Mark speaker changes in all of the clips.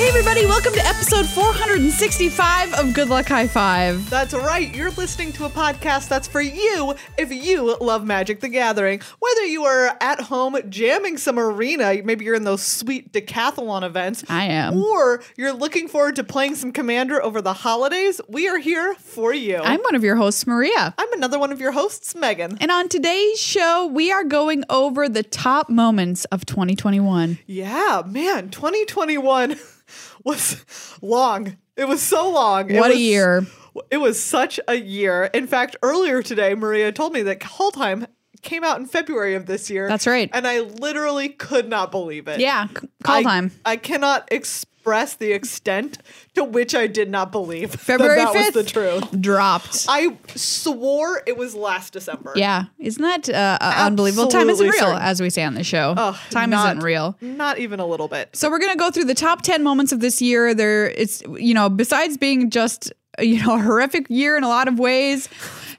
Speaker 1: everybody. Welcome to episode 465 of Good Luck High Five.
Speaker 2: That's right. You're listening to a podcast that's for you if you love Magic the Gathering. Whether you are at home jamming some arena, maybe you're in those sweet decathlon events.
Speaker 1: I am.
Speaker 2: Or you're looking forward to playing some Commander over the holidays, we are here for you.
Speaker 1: I'm one of your hosts, Maria.
Speaker 2: I'm another one of your hosts, Megan.
Speaker 1: And on today's show, we are going over the top moments of 2021.
Speaker 2: Yeah, man, 2021 was long. It was so long. It
Speaker 1: What a
Speaker 2: was-
Speaker 1: year.
Speaker 2: It was such a year. In fact, earlier today, Maria told me that Halltime came out in February of this year.
Speaker 1: That's right.
Speaker 2: And I literally could not believe it.
Speaker 1: Yeah, c- call
Speaker 2: I-
Speaker 1: time.
Speaker 2: I cannot express the extent to which I did not believe that
Speaker 1: February
Speaker 2: that,
Speaker 1: 5th
Speaker 2: was the truth.
Speaker 1: dropped.
Speaker 2: I swore it was last December.
Speaker 1: yeah, isn't that uh, uh, unbelievable? Time isn't real,
Speaker 2: Absolutely certain.
Speaker 1: as we say on the show.
Speaker 2: Ugh,
Speaker 1: Time
Speaker 2: not-
Speaker 1: isn't real.
Speaker 2: Not even a little bit.
Speaker 1: So we're gonna go through the top ten moments of this year. There, it's you know, besides being just you know a horrific year in a lot of ways,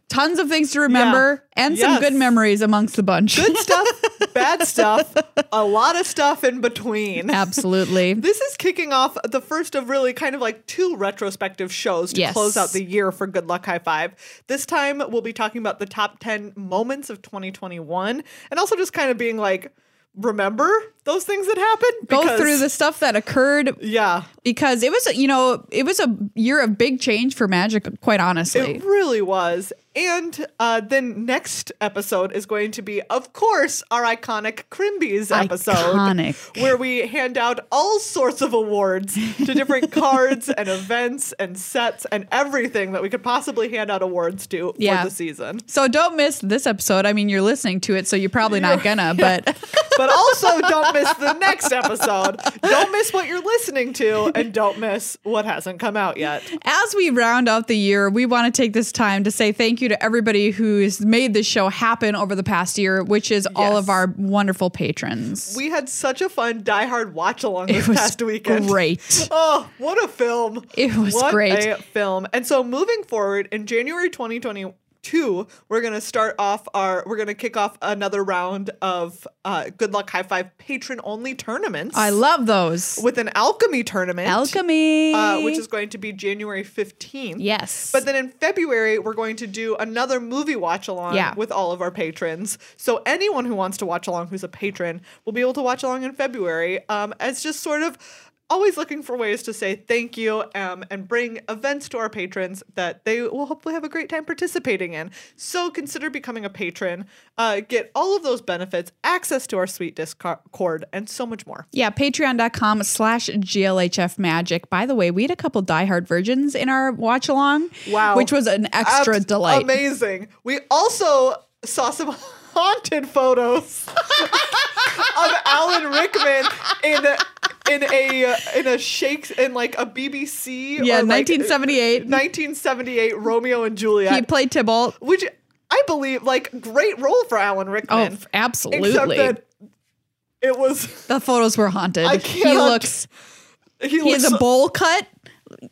Speaker 1: tons of things to remember and some
Speaker 2: Yes.
Speaker 1: good memories amongst the bunch.
Speaker 2: Good stuff, bad stuff, a lot of stuff in between.
Speaker 1: Absolutely.
Speaker 2: This is kicking off the first of really kind of like two retrospective shows to
Speaker 1: Yes.
Speaker 2: close out the year for Good Luck High Five. This time we'll be talking about the top 10 moments of 2021 and also just kind of being like, remember those things that happened?
Speaker 1: Go through
Speaker 2: Because-
Speaker 1: the stuff that occurred
Speaker 2: Yeah.
Speaker 1: because it was a- you know it was a year of big change for Magic. Quite honestly,
Speaker 2: It really was. And uh, then next episode is going to be, of course, our iconic Crimbies episode.
Speaker 1: Iconic.
Speaker 2: Where we hand out all sorts of awards to different cards and events and sets and everything that we could possibly hand out awards to
Speaker 1: Yeah.
Speaker 2: for the season.
Speaker 1: so don't miss this episode. I mean, you're listening to it, so you're probably not gonna. But
Speaker 2: But also, don't miss the next episode. Don't miss what you're listening to, and don't miss what hasn't come out yet.
Speaker 1: As we round out the year, we want to take this time to say thank you to everybody who's made this show happen over the past year, which is all
Speaker 2: Yes.
Speaker 1: of our wonderful patrons.
Speaker 2: We had such a fun Die Hard watch along
Speaker 1: it
Speaker 2: this
Speaker 1: was
Speaker 2: past weekend.
Speaker 1: great.
Speaker 2: Oh, what a film.
Speaker 1: It was
Speaker 2: what
Speaker 1: great.
Speaker 2: A film. And so moving forward in January 2022, we're going to start off our we're going to kick off another round of uh Good Luck High Five patron only tournaments.
Speaker 1: I love those.
Speaker 2: with an alchemy tournament.
Speaker 1: Alchemy.
Speaker 2: Uh, which is going to be January 15th.
Speaker 1: Yes.
Speaker 2: But then in February, we're going to do another movie watch along
Speaker 1: Yeah.
Speaker 2: with all of our patrons. So anyone who wants to watch along who's a patron will be able to watch along in February um, as just sort of always looking for ways to say thank you um, and bring events to our patrons that they will hopefully have a great time participating in. So consider becoming a patron. Uh, get all of those benefits, access to our sweet Discord, and so much more.
Speaker 1: yeah, patreon.com slash GLHF magic. By the way, we had a couple diehard virgins in our watch along.
Speaker 2: Wow.
Speaker 1: Which was an extra
Speaker 2: Abs-
Speaker 1: delight.
Speaker 2: Amazing. We also saw some haunted photos of Alan Rickman in a, in a in a shakes in like a BBC
Speaker 1: Yeah,
Speaker 2: or like
Speaker 1: 1978.
Speaker 2: 1978 Romeo and Juliet.
Speaker 1: he played Tybalt.
Speaker 2: which I believe like great role for Alan
Speaker 1: Oh,
Speaker 2: Rickman.
Speaker 1: f-
Speaker 2: Except
Speaker 1: absolutely.
Speaker 2: that it was
Speaker 1: the photos were haunted.
Speaker 2: I
Speaker 1: he
Speaker 2: cannot-
Speaker 1: looks
Speaker 2: he,
Speaker 1: he
Speaker 2: looks
Speaker 1: has a bowl cut.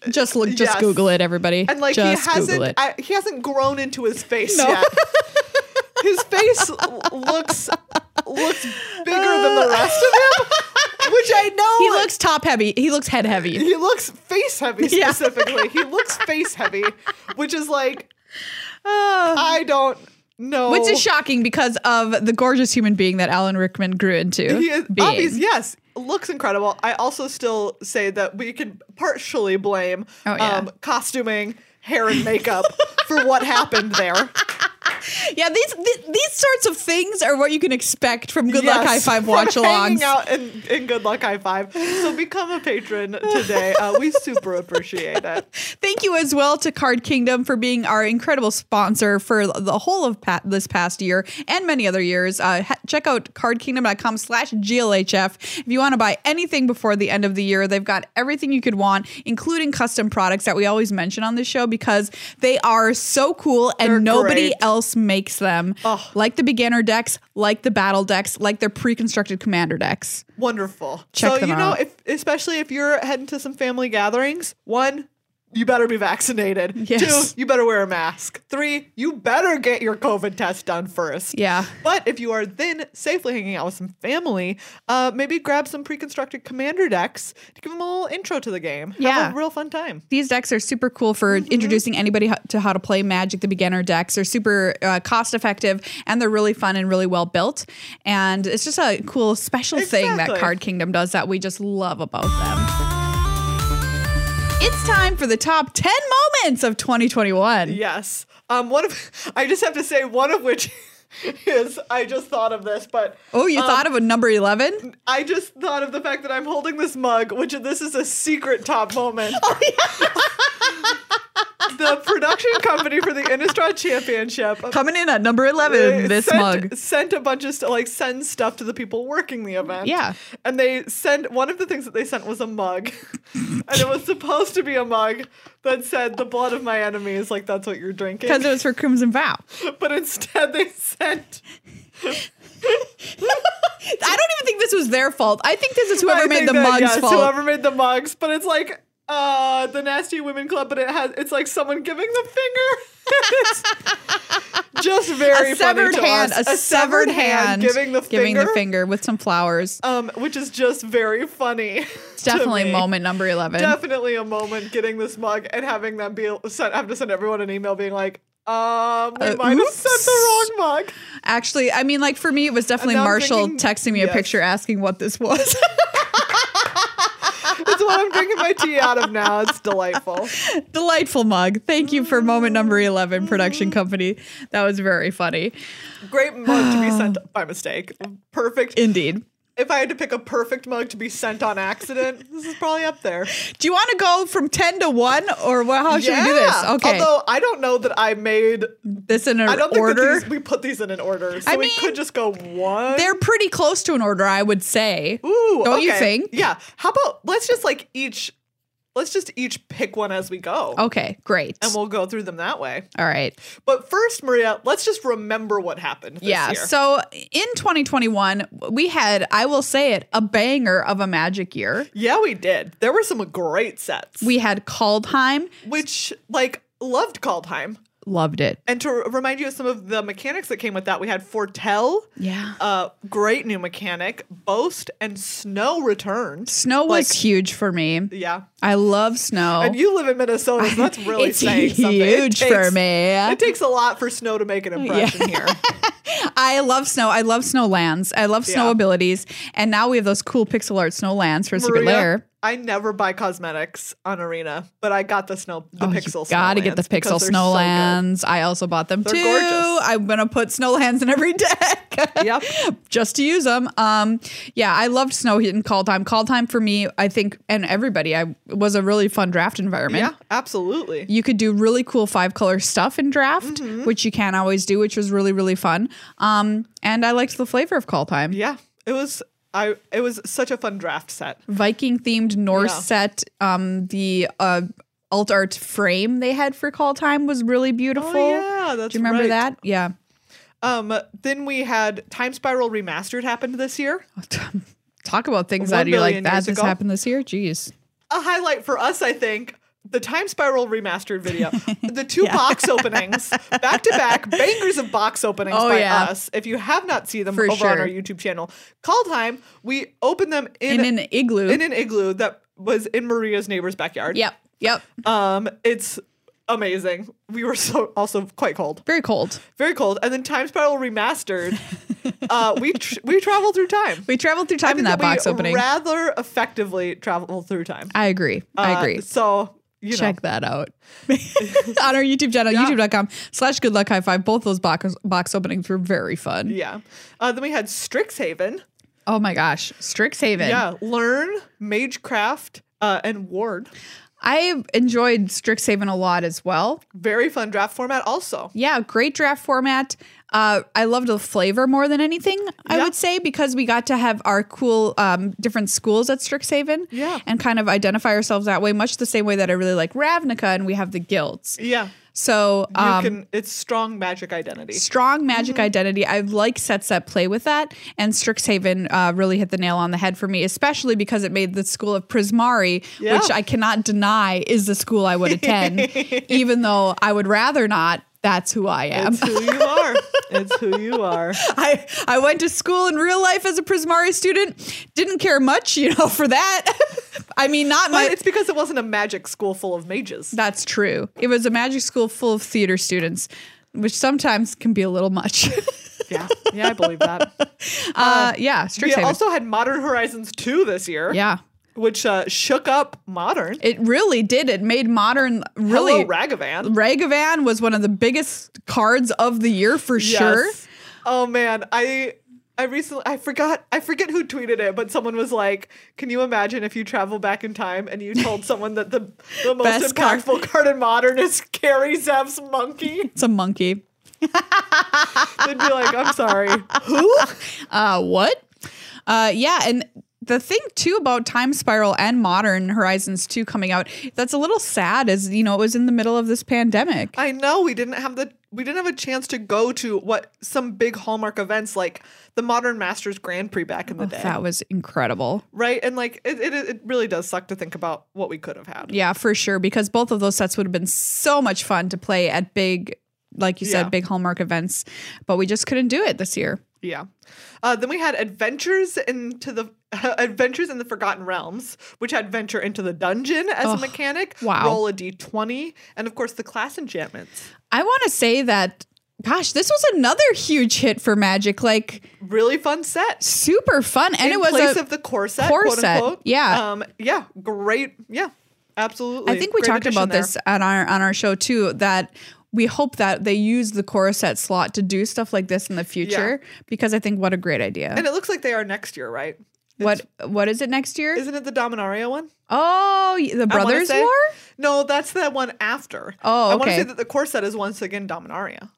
Speaker 1: Just look, just
Speaker 2: Yes.
Speaker 1: Google it, everybody.
Speaker 2: and like
Speaker 1: just
Speaker 2: he hasn't
Speaker 1: Google it.
Speaker 2: I, he hasn't grown into his face
Speaker 1: No.
Speaker 2: yet. his face l- looks looks bigger than the rest of him, which I know
Speaker 1: he looks top heavy. He looks head heavy.
Speaker 2: he looks face heavy
Speaker 1: Yeah.
Speaker 2: specifically. he looks face heavy, which is like I don't know.
Speaker 1: Ah. Which is shocking because of the gorgeous human being that Alan Rickman grew into.
Speaker 2: He is
Speaker 1: being.
Speaker 2: obvious. Yes, looks incredible. I also still say that we can partially blame um,
Speaker 1: Oh, yeah.
Speaker 2: costuming, hair, and makeup for what happened there.
Speaker 1: Yeah, these th- these sorts of things are what you can expect from Good Luck
Speaker 2: Yes,
Speaker 1: High Five
Speaker 2: from
Speaker 1: watch alongs.
Speaker 2: Hanging out in, in Good Luck High Five. So become a patron today. Uh, we super appreciate it.
Speaker 1: Thank you as well to Card Kingdom for being our incredible sponsor for the whole of pa- this past year and many other years. Uh, ha- check out cardkingdom.com slash GLHF. If you want to buy anything before the end of the year, they've got everything you could want, including custom products that we always mention on this show because they are so cool and
Speaker 2: They're
Speaker 1: nobody
Speaker 2: great.
Speaker 1: else makes them.
Speaker 2: Ugh.
Speaker 1: Like the beginner decks, like the battle decks, like their pre-constructed commander decks.
Speaker 2: Wonderful.
Speaker 1: Check
Speaker 2: so
Speaker 1: them
Speaker 2: you know,
Speaker 1: out.
Speaker 2: if especially if you're heading to some family gatherings, one you better be vaccinated.
Speaker 1: Yes.
Speaker 2: Two, you better wear a mask. Three, you better get your COVID test done first.
Speaker 1: Yeah.
Speaker 2: But if you are then safely hanging out with some family, uh, maybe grab some pre-constructed commander decks to give them a little intro to the game.
Speaker 1: Yeah.
Speaker 2: Have a real fun time.
Speaker 1: These decks are super cool for
Speaker 2: Mm-hmm.
Speaker 1: introducing anybody ho- to how to play Magic the Beginner decks. They're super uh, cost effective and they're really fun and really well built. And it's just a cool special thing that
Speaker 2: Exactly.
Speaker 1: Card Kingdom does that we just love about them. It's time for the top 10 moments of 2021.
Speaker 2: Yes. Um, one of I just have to say one of which is I just thought of this, but
Speaker 1: Oh, you thought of a number 11?
Speaker 2: I just thought of the fact that I'm holding this mug, which this is a secret top moment.
Speaker 1: Oh,
Speaker 2: the production company for the Innistrad Championship
Speaker 1: Coming in at number 11,
Speaker 2: uh,
Speaker 1: this
Speaker 2: sent,
Speaker 1: mug.
Speaker 2: sent a bunch of st- like send stuff to the people working the event.
Speaker 1: Yeah.
Speaker 2: and they sent one of the things that they sent was a mug, and it was supposed to be a mug that said "the blood of my enemies." Like that's what you're drinking.
Speaker 1: Because it was for Crimson Vow.
Speaker 2: but instead they sent.
Speaker 1: I don't even think this was their fault. I think this is whoever
Speaker 2: I
Speaker 1: made
Speaker 2: think
Speaker 1: the
Speaker 2: that,
Speaker 1: mug's
Speaker 2: yes,
Speaker 1: fault.
Speaker 2: Whoever made the mugs, but it's like uh the nasty women club, but it has it's like someone giving the finger. It's just very
Speaker 1: a severed
Speaker 2: funny to
Speaker 1: hand,
Speaker 2: us.
Speaker 1: a, severed hand,
Speaker 2: giving the
Speaker 1: giving
Speaker 2: finger.
Speaker 1: the finger with some flowers.
Speaker 2: Um, which is just very funny.
Speaker 1: It's definitely moment number eleven.
Speaker 2: Definitely a moment getting this mug and having them be sent have to send everyone an email being like, um, we
Speaker 1: Uh,
Speaker 2: might have sent the
Speaker 1: oops.
Speaker 2: wrong mug.
Speaker 1: Actually, I mean, like for me, it was definitely
Speaker 2: now I'm
Speaker 1: Marshall
Speaker 2: thinking-
Speaker 1: texting me a
Speaker 2: yes.
Speaker 1: picture asking what this was.
Speaker 2: It's what I'm drinking my tea out of now. It's delightful.
Speaker 1: Delightful mug. Thank you for moment number eleven,
Speaker 2: Mm.
Speaker 1: production company. That was very funny,
Speaker 2: Great mug to be sent by mistake. Perfect
Speaker 1: indeed.
Speaker 2: if I had to pick a perfect mug to be sent on accident, this is probably up there.
Speaker 1: Do you want to go from ten to one, or wha- how Oh, should we do this?
Speaker 2: Yeah.
Speaker 1: Okay,
Speaker 2: Although I don't know that I made.
Speaker 1: this in an
Speaker 2: I don't think
Speaker 1: order.
Speaker 2: That these, we put these in an order, so
Speaker 1: I
Speaker 2: we
Speaker 1: mean,
Speaker 2: could just go one.
Speaker 1: They're pretty close to an order, I would say.
Speaker 2: Ooh,
Speaker 1: don't you
Speaker 2: okay.
Speaker 1: think?
Speaker 2: Yeah. How about let's just like each, let's just each pick one as we go,
Speaker 1: Okay, great.
Speaker 2: and we'll go through them that way.
Speaker 1: All right.
Speaker 2: But first, Maria, let's just remember what happened. This
Speaker 1: yeah.
Speaker 2: Year.
Speaker 1: So in 2021, we had, I will say it, a banger of a magic year.
Speaker 2: yeah, we did. There were some great sets,
Speaker 1: We had Kaldheim,
Speaker 2: which like loved Kaldheim.
Speaker 1: loved it.
Speaker 2: And to r- remind you of some of the mechanics that came with that, we had Fortell.
Speaker 1: Yeah.
Speaker 2: uh, great new mechanic. Boast and Snow returned.
Speaker 1: Snow was
Speaker 2: like-
Speaker 1: huge for me.
Speaker 2: Yeah.
Speaker 1: I love snow.
Speaker 2: And you live in Minnesota, so that's
Speaker 1: Oh.
Speaker 2: really
Speaker 1: it's
Speaker 2: saying
Speaker 1: huge
Speaker 2: something. It
Speaker 1: for
Speaker 2: takes-
Speaker 1: me.
Speaker 2: It takes a lot for Snow to make an impression here.
Speaker 1: I love snow. I love snow lands. I love snow
Speaker 2: Yeah.
Speaker 1: abilities. And now we have those cool pixel art snow lands for Secret
Speaker 2: Maria,
Speaker 1: Lair.
Speaker 2: I never buy cosmetics on Arena, but I got the snow, the
Speaker 1: Oh, you
Speaker 2: pixel.
Speaker 1: gotta get the
Speaker 2: Snowlands because
Speaker 1: pixel
Speaker 2: they're so good.
Speaker 1: snowlands. I also bought them
Speaker 2: They're
Speaker 1: too.
Speaker 2: gorgeous.
Speaker 1: I'm gonna put snowlands in every deck.
Speaker 2: Yep.
Speaker 1: just to use them. Um, yeah, I loved Snow Heat and Call Time. Call Time for me, I think, and everybody, I was a really fun draft environment.
Speaker 2: Yeah, absolutely.
Speaker 1: You could do really cool five color stuff in draft,
Speaker 2: Mm-hmm.
Speaker 1: which you can't always do, which was really, really fun. Um, and I liked the flavor of Call Time.
Speaker 2: Yeah, it was. I. It was such a fun draft set.
Speaker 1: Viking themed Norse
Speaker 2: Yeah.
Speaker 1: set, um, the uh, alt art frame they had for Call Time was really beautiful.
Speaker 2: Oh, yeah, that's
Speaker 1: Oh, do you remember
Speaker 2: right.
Speaker 1: that? Yeah.
Speaker 2: Um. Then we had Time Spiral Remastered happened this year.
Speaker 1: Talk about things
Speaker 2: One
Speaker 1: that you're like,
Speaker 2: billion
Speaker 1: that
Speaker 2: years
Speaker 1: just
Speaker 2: ago.
Speaker 1: happened this year? Jeez.
Speaker 2: a highlight for us, I think. The Time Spiral remastered video, the two box openings back to back, bangers of box openings
Speaker 1: Oh,
Speaker 2: by
Speaker 1: yeah.
Speaker 2: us. If you have not seen them
Speaker 1: For
Speaker 2: over on our
Speaker 1: sure.
Speaker 2: YouTube channel, Call Time, we opened them in,
Speaker 1: In an igloo.
Speaker 2: in an igloo that was in Maria's neighbor's backyard.
Speaker 1: yep. Yep.
Speaker 2: um, it's amazing. We were so also quite cold,
Speaker 1: Very cold.
Speaker 2: very cold. And then Time Spiral remastered, uh, we tr- we traveled through time.
Speaker 1: We traveled through
Speaker 2: I
Speaker 1: time in that
Speaker 2: think we
Speaker 1: box opening.
Speaker 2: rather effectively traveled through time.
Speaker 1: I agree. I
Speaker 2: Uh,
Speaker 1: agree.
Speaker 2: So you know.
Speaker 1: Check that out on our YouTube channel, youtube.com slash good luck high five. Both those box, box openings were very fun.
Speaker 2: Yeah. Uh, then we had Strixhaven.
Speaker 1: Oh my gosh. Strixhaven.
Speaker 2: Yeah. Learn, Magecraft, uh, and Ward.
Speaker 1: I enjoyed Strixhaven a lot as well.
Speaker 2: Very fun draft format, also.
Speaker 1: Yeah, great draft format. Uh, I loved the flavor more than anything, I
Speaker 2: Yeah.
Speaker 1: would say, because we got to have our cool um, different schools at Strixhaven
Speaker 2: Yeah.
Speaker 1: and kind of identify ourselves that way, much the same way that I really like Ravnica and we have the guilds.
Speaker 2: Yeah.
Speaker 1: So
Speaker 2: You
Speaker 1: um,
Speaker 2: can. It's strong magic identity.
Speaker 1: strong
Speaker 2: Mm-hmm.
Speaker 1: magic identity. I like sets that play with that, and Strixhaven uh, really hit the nail on the head for me, especially because it made the school of Prismari,
Speaker 2: Yeah.
Speaker 1: which I cannot deny is the school I would attend, even though I would rather not. That's who I am.
Speaker 2: It's who you are. it's who you are.
Speaker 1: I, I went to school in real life as a Prismari student. Didn't care much, you know, for that. I mean, not
Speaker 2: But
Speaker 1: my.
Speaker 2: it's because it wasn't a magic school full of mages.
Speaker 1: That's true. It was a magic school full of theater students, which sometimes can be a little much.
Speaker 2: Uh, Yeah, yeah, I believe that.
Speaker 1: uh, yeah,
Speaker 2: We
Speaker 1: Strixhaven.
Speaker 2: also had Modern Horizons 2 this year,
Speaker 1: yeah.
Speaker 2: which uh, shook up modern.
Speaker 1: It really did. It made modern really.
Speaker 2: Hello, Ragavan.
Speaker 1: Ragavan was one of the biggest cards of the year for sure.
Speaker 2: Yes. Oh man, I I recently I forgot I forget who tweeted it, but someone was like, "Can you imagine if you travel back in time and you told someone that the the most
Speaker 1: Best card.
Speaker 2: impactful card in modern is Carrie Zeff's monkey?"
Speaker 1: It's a monkey.
Speaker 2: They'd be like, "I'm sorry,
Speaker 1: Uh, what? Uh, yeah, and the thing too about Time Spiral and Modern Horizons 2 coming out that's a little sad is you know it was in the middle of this pandemic.
Speaker 2: I know we didn't have the." We didn't have a chance to go to what some big hallmark events like the Modern Masters Grand Prix back in the day,
Speaker 1: That was incredible.
Speaker 2: right? And like it, it, it really does suck to think about what we could have had.
Speaker 1: Yeah, for sure. Because both of those sets would have been so much fun to play at big, like you
Speaker 2: Yeah.
Speaker 1: said, big Hallmark events. But we just couldn't do it this year.
Speaker 2: Yeah. Uh, then we had Adventures into the Adventures in the Forgotten Realms, which had Venture into the Dungeon as a
Speaker 1: Ugh,
Speaker 2: mechanic.
Speaker 1: wow.
Speaker 2: Roll a d20, and of course the class enchantments.
Speaker 1: I want to say that, gosh, this was another huge hit for Magic. Like
Speaker 2: Really fun set.
Speaker 1: super fun, and
Speaker 2: In
Speaker 1: it was.
Speaker 2: place
Speaker 1: a-
Speaker 2: of the core set,
Speaker 1: core
Speaker 2: quote
Speaker 1: set,
Speaker 2: unquote.
Speaker 1: yeah.
Speaker 2: Um, yeah. Great. Yeah. Absolutely.
Speaker 1: I think we
Speaker 2: Great
Speaker 1: talked
Speaker 2: addition
Speaker 1: about
Speaker 2: there.
Speaker 1: this on our on our show too. That we hope that they use the Coruscant slot to do stuff like this in the future because I think what a great idea.
Speaker 2: And it looks like they are next year, right?
Speaker 1: What what is it next year?
Speaker 2: Isn't it the Dominaria one?
Speaker 1: oh, y- the
Speaker 2: I wanna
Speaker 1: Brothers
Speaker 2: say-
Speaker 1: War.
Speaker 2: No, that's the one after.
Speaker 1: Oh,
Speaker 2: I want to
Speaker 1: okay.
Speaker 2: say that the core set is once again Dominaria.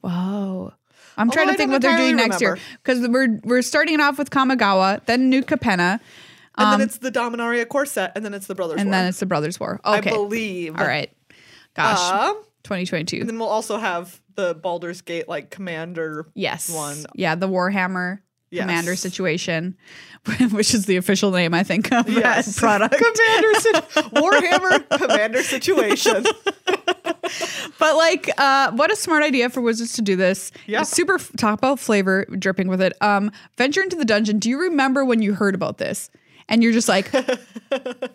Speaker 1: Whoa. I'm
Speaker 2: Although
Speaker 1: trying
Speaker 2: I
Speaker 1: to think
Speaker 2: don't
Speaker 1: what they're
Speaker 2: entirely
Speaker 1: doing next year because we're we're starting it off with Kamigawa, then New Capenna,
Speaker 2: And then it's the Dominaria core set, and then it's the Brothers
Speaker 1: Um, and
Speaker 2: War.
Speaker 1: then it's the Brothers War.
Speaker 2: I
Speaker 1: Okay, all
Speaker 2: believe.
Speaker 1: right. Gosh,
Speaker 2: Um,
Speaker 1: 2022.
Speaker 2: and then we'll also have the Baldur's Gate like commander.
Speaker 1: Yes.
Speaker 2: one.
Speaker 1: Yeah, the Warhammer
Speaker 2: Yes.
Speaker 1: Commander situation, which is the official name, I think, of
Speaker 2: Yes.
Speaker 1: that product.
Speaker 2: commander sit- Warhammer commander situation.
Speaker 1: But like, uh, what a smart idea for Wizards to do this.
Speaker 2: Yeah.
Speaker 1: Super f- talk about flavor dripping with it. Um, venture into the dungeon. Do you remember when you heard about this? And you're just like,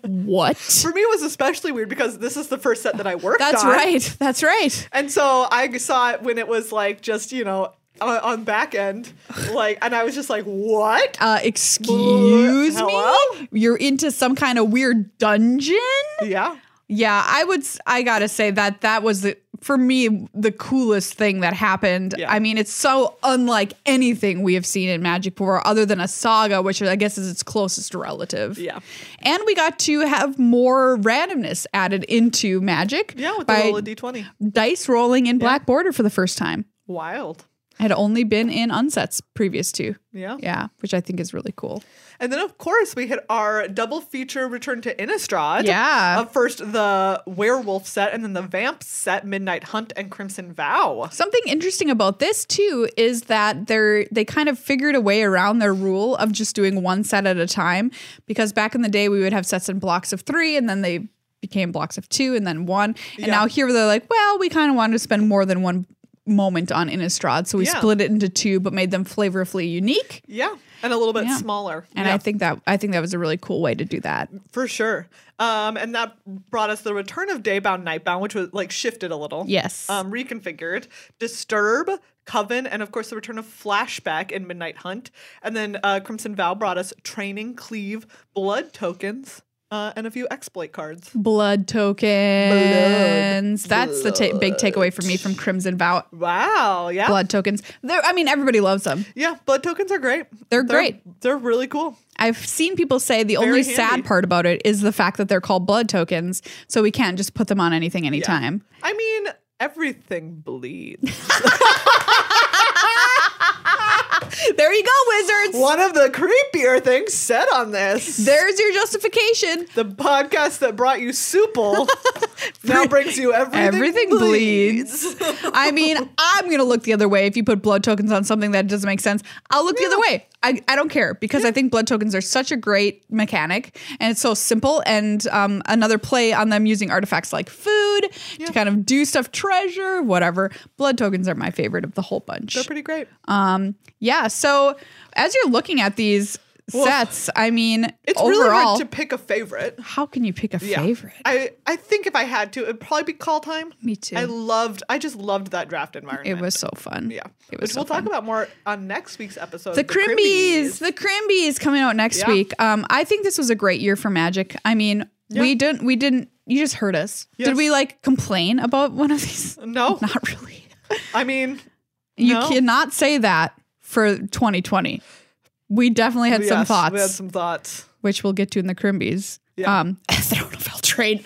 Speaker 1: what?
Speaker 2: For me, it was especially weird because this is the first set that I worked
Speaker 1: That's
Speaker 2: on.
Speaker 1: right. That's right.
Speaker 2: And so I saw it when it was like just you know on, on back end, like, and I was just like, what?
Speaker 1: Uh, excuse
Speaker 2: Hello?
Speaker 1: me. You're into some kind of weird dungeon.
Speaker 2: Yeah.
Speaker 1: Yeah, I would. s- I gotta say that that was the, for me the coolest thing that happened.
Speaker 2: Yeah.
Speaker 1: I mean, it's so unlike anything we have seen in Magic before, other than a saga, which I guess is its closest relative.
Speaker 2: Yeah.
Speaker 1: and we got to have more randomness added into Magic.
Speaker 2: Yeah, with the
Speaker 1: by
Speaker 2: roll of d20.
Speaker 1: dice rolling in Black Border for the first time.
Speaker 2: Wild.
Speaker 1: Had only been in unsets previous to.
Speaker 2: Yeah.
Speaker 1: Yeah, which I think is really cool.
Speaker 2: And then, of course, we had our double feature return to Innistrad.
Speaker 1: Yeah.
Speaker 2: Uh, first, the werewolf set, and then the vamp set, Midnight Hunt and Crimson Vow.
Speaker 1: Something interesting about this too is that they're they kind of figured a way around their rule of just doing one set at a time because back in the day we would have sets in blocks of 3 and then they became blocks of 2 and then 1 and
Speaker 2: Yeah.
Speaker 1: now here they're like well we kind of wanted to spend more than one moment on Innistrad so we
Speaker 2: Yeah.
Speaker 1: split it into two but made them flavorfully unique
Speaker 2: Yeah. And a little bit
Speaker 1: Yeah.
Speaker 2: smaller.
Speaker 1: and
Speaker 2: Yeah,
Speaker 1: I think that I think that was a really cool way to do that.
Speaker 2: for sure. Um, and that brought us the return of Daybound, Nightbound, which was like shifted a little.
Speaker 1: Yes.
Speaker 2: Um, reconfigured. Disturb, Coven, and of course the return of Flashback in Midnight Hunt. And then uh, Crimson Vow brought us Training, Cleave, Blood Tokens, uh, and a few exploit cards.
Speaker 1: Blood tokens. That's the ta- big takeaway for me from Crimson Vow.
Speaker 2: Wow. Yeah.
Speaker 1: Blood tokens. They're, I mean, everybody loves them.
Speaker 2: Yeah, blood tokens are great.
Speaker 1: They're great.
Speaker 2: They're really cool.
Speaker 1: I've seen people say the only
Speaker 2: handy.
Speaker 1: sad part about it is the fact that they're called blood tokens, so we can't just put them on anything anytime.
Speaker 2: I mean, everything bleeds.
Speaker 1: There you go, wizards.
Speaker 2: One of the creepier things said on this.
Speaker 1: There's your justification.
Speaker 2: the podcast that brought you Supple now brings you everything.
Speaker 1: Everything bleeds. I mean, I'm going to look the other way if you put blood tokens on something that doesn't make sense. I'll look the other way. I, I don't care because I think blood tokens are such a great mechanic and it's so simple. And um, another play on them using artifacts like food to kind of do stuff, treasure, whatever. Blood tokens are my favorite of the whole bunch.
Speaker 2: They're pretty great.
Speaker 1: Um, yeah. So as you're looking at these sets, I mean,
Speaker 2: It's
Speaker 1: overall,
Speaker 2: really hard to pick a favorite.
Speaker 1: how can you pick a
Speaker 2: Yeah.
Speaker 1: favorite?
Speaker 2: I, I think if I had to, it'd probably be call time.
Speaker 1: Me too.
Speaker 2: I loved I just loved that draft environment.
Speaker 1: it was so fun.
Speaker 2: yeah.
Speaker 1: It
Speaker 2: Which
Speaker 1: was
Speaker 2: we'll
Speaker 1: so fun.
Speaker 2: talk about more on next week's episode.
Speaker 1: the Crimbies, the Crimbies coming out next
Speaker 2: Yeah.
Speaker 1: week. Um, I think this was a great year for Magic. I mean, we
Speaker 2: Yeah.
Speaker 1: didn't, we didn't. You just heard us. Did
Speaker 2: Yes. Uh,
Speaker 1: we like complain about one of these?
Speaker 2: No.
Speaker 1: Not really.
Speaker 2: I mean
Speaker 1: You
Speaker 2: No.
Speaker 1: cannot say that for 2020. We definitely had some
Speaker 2: yes,
Speaker 1: thoughts,
Speaker 2: We had some thoughts.
Speaker 1: which we'll get to in the Crimbies.
Speaker 2: Yeah.
Speaker 1: Um, Throne of Eldraine.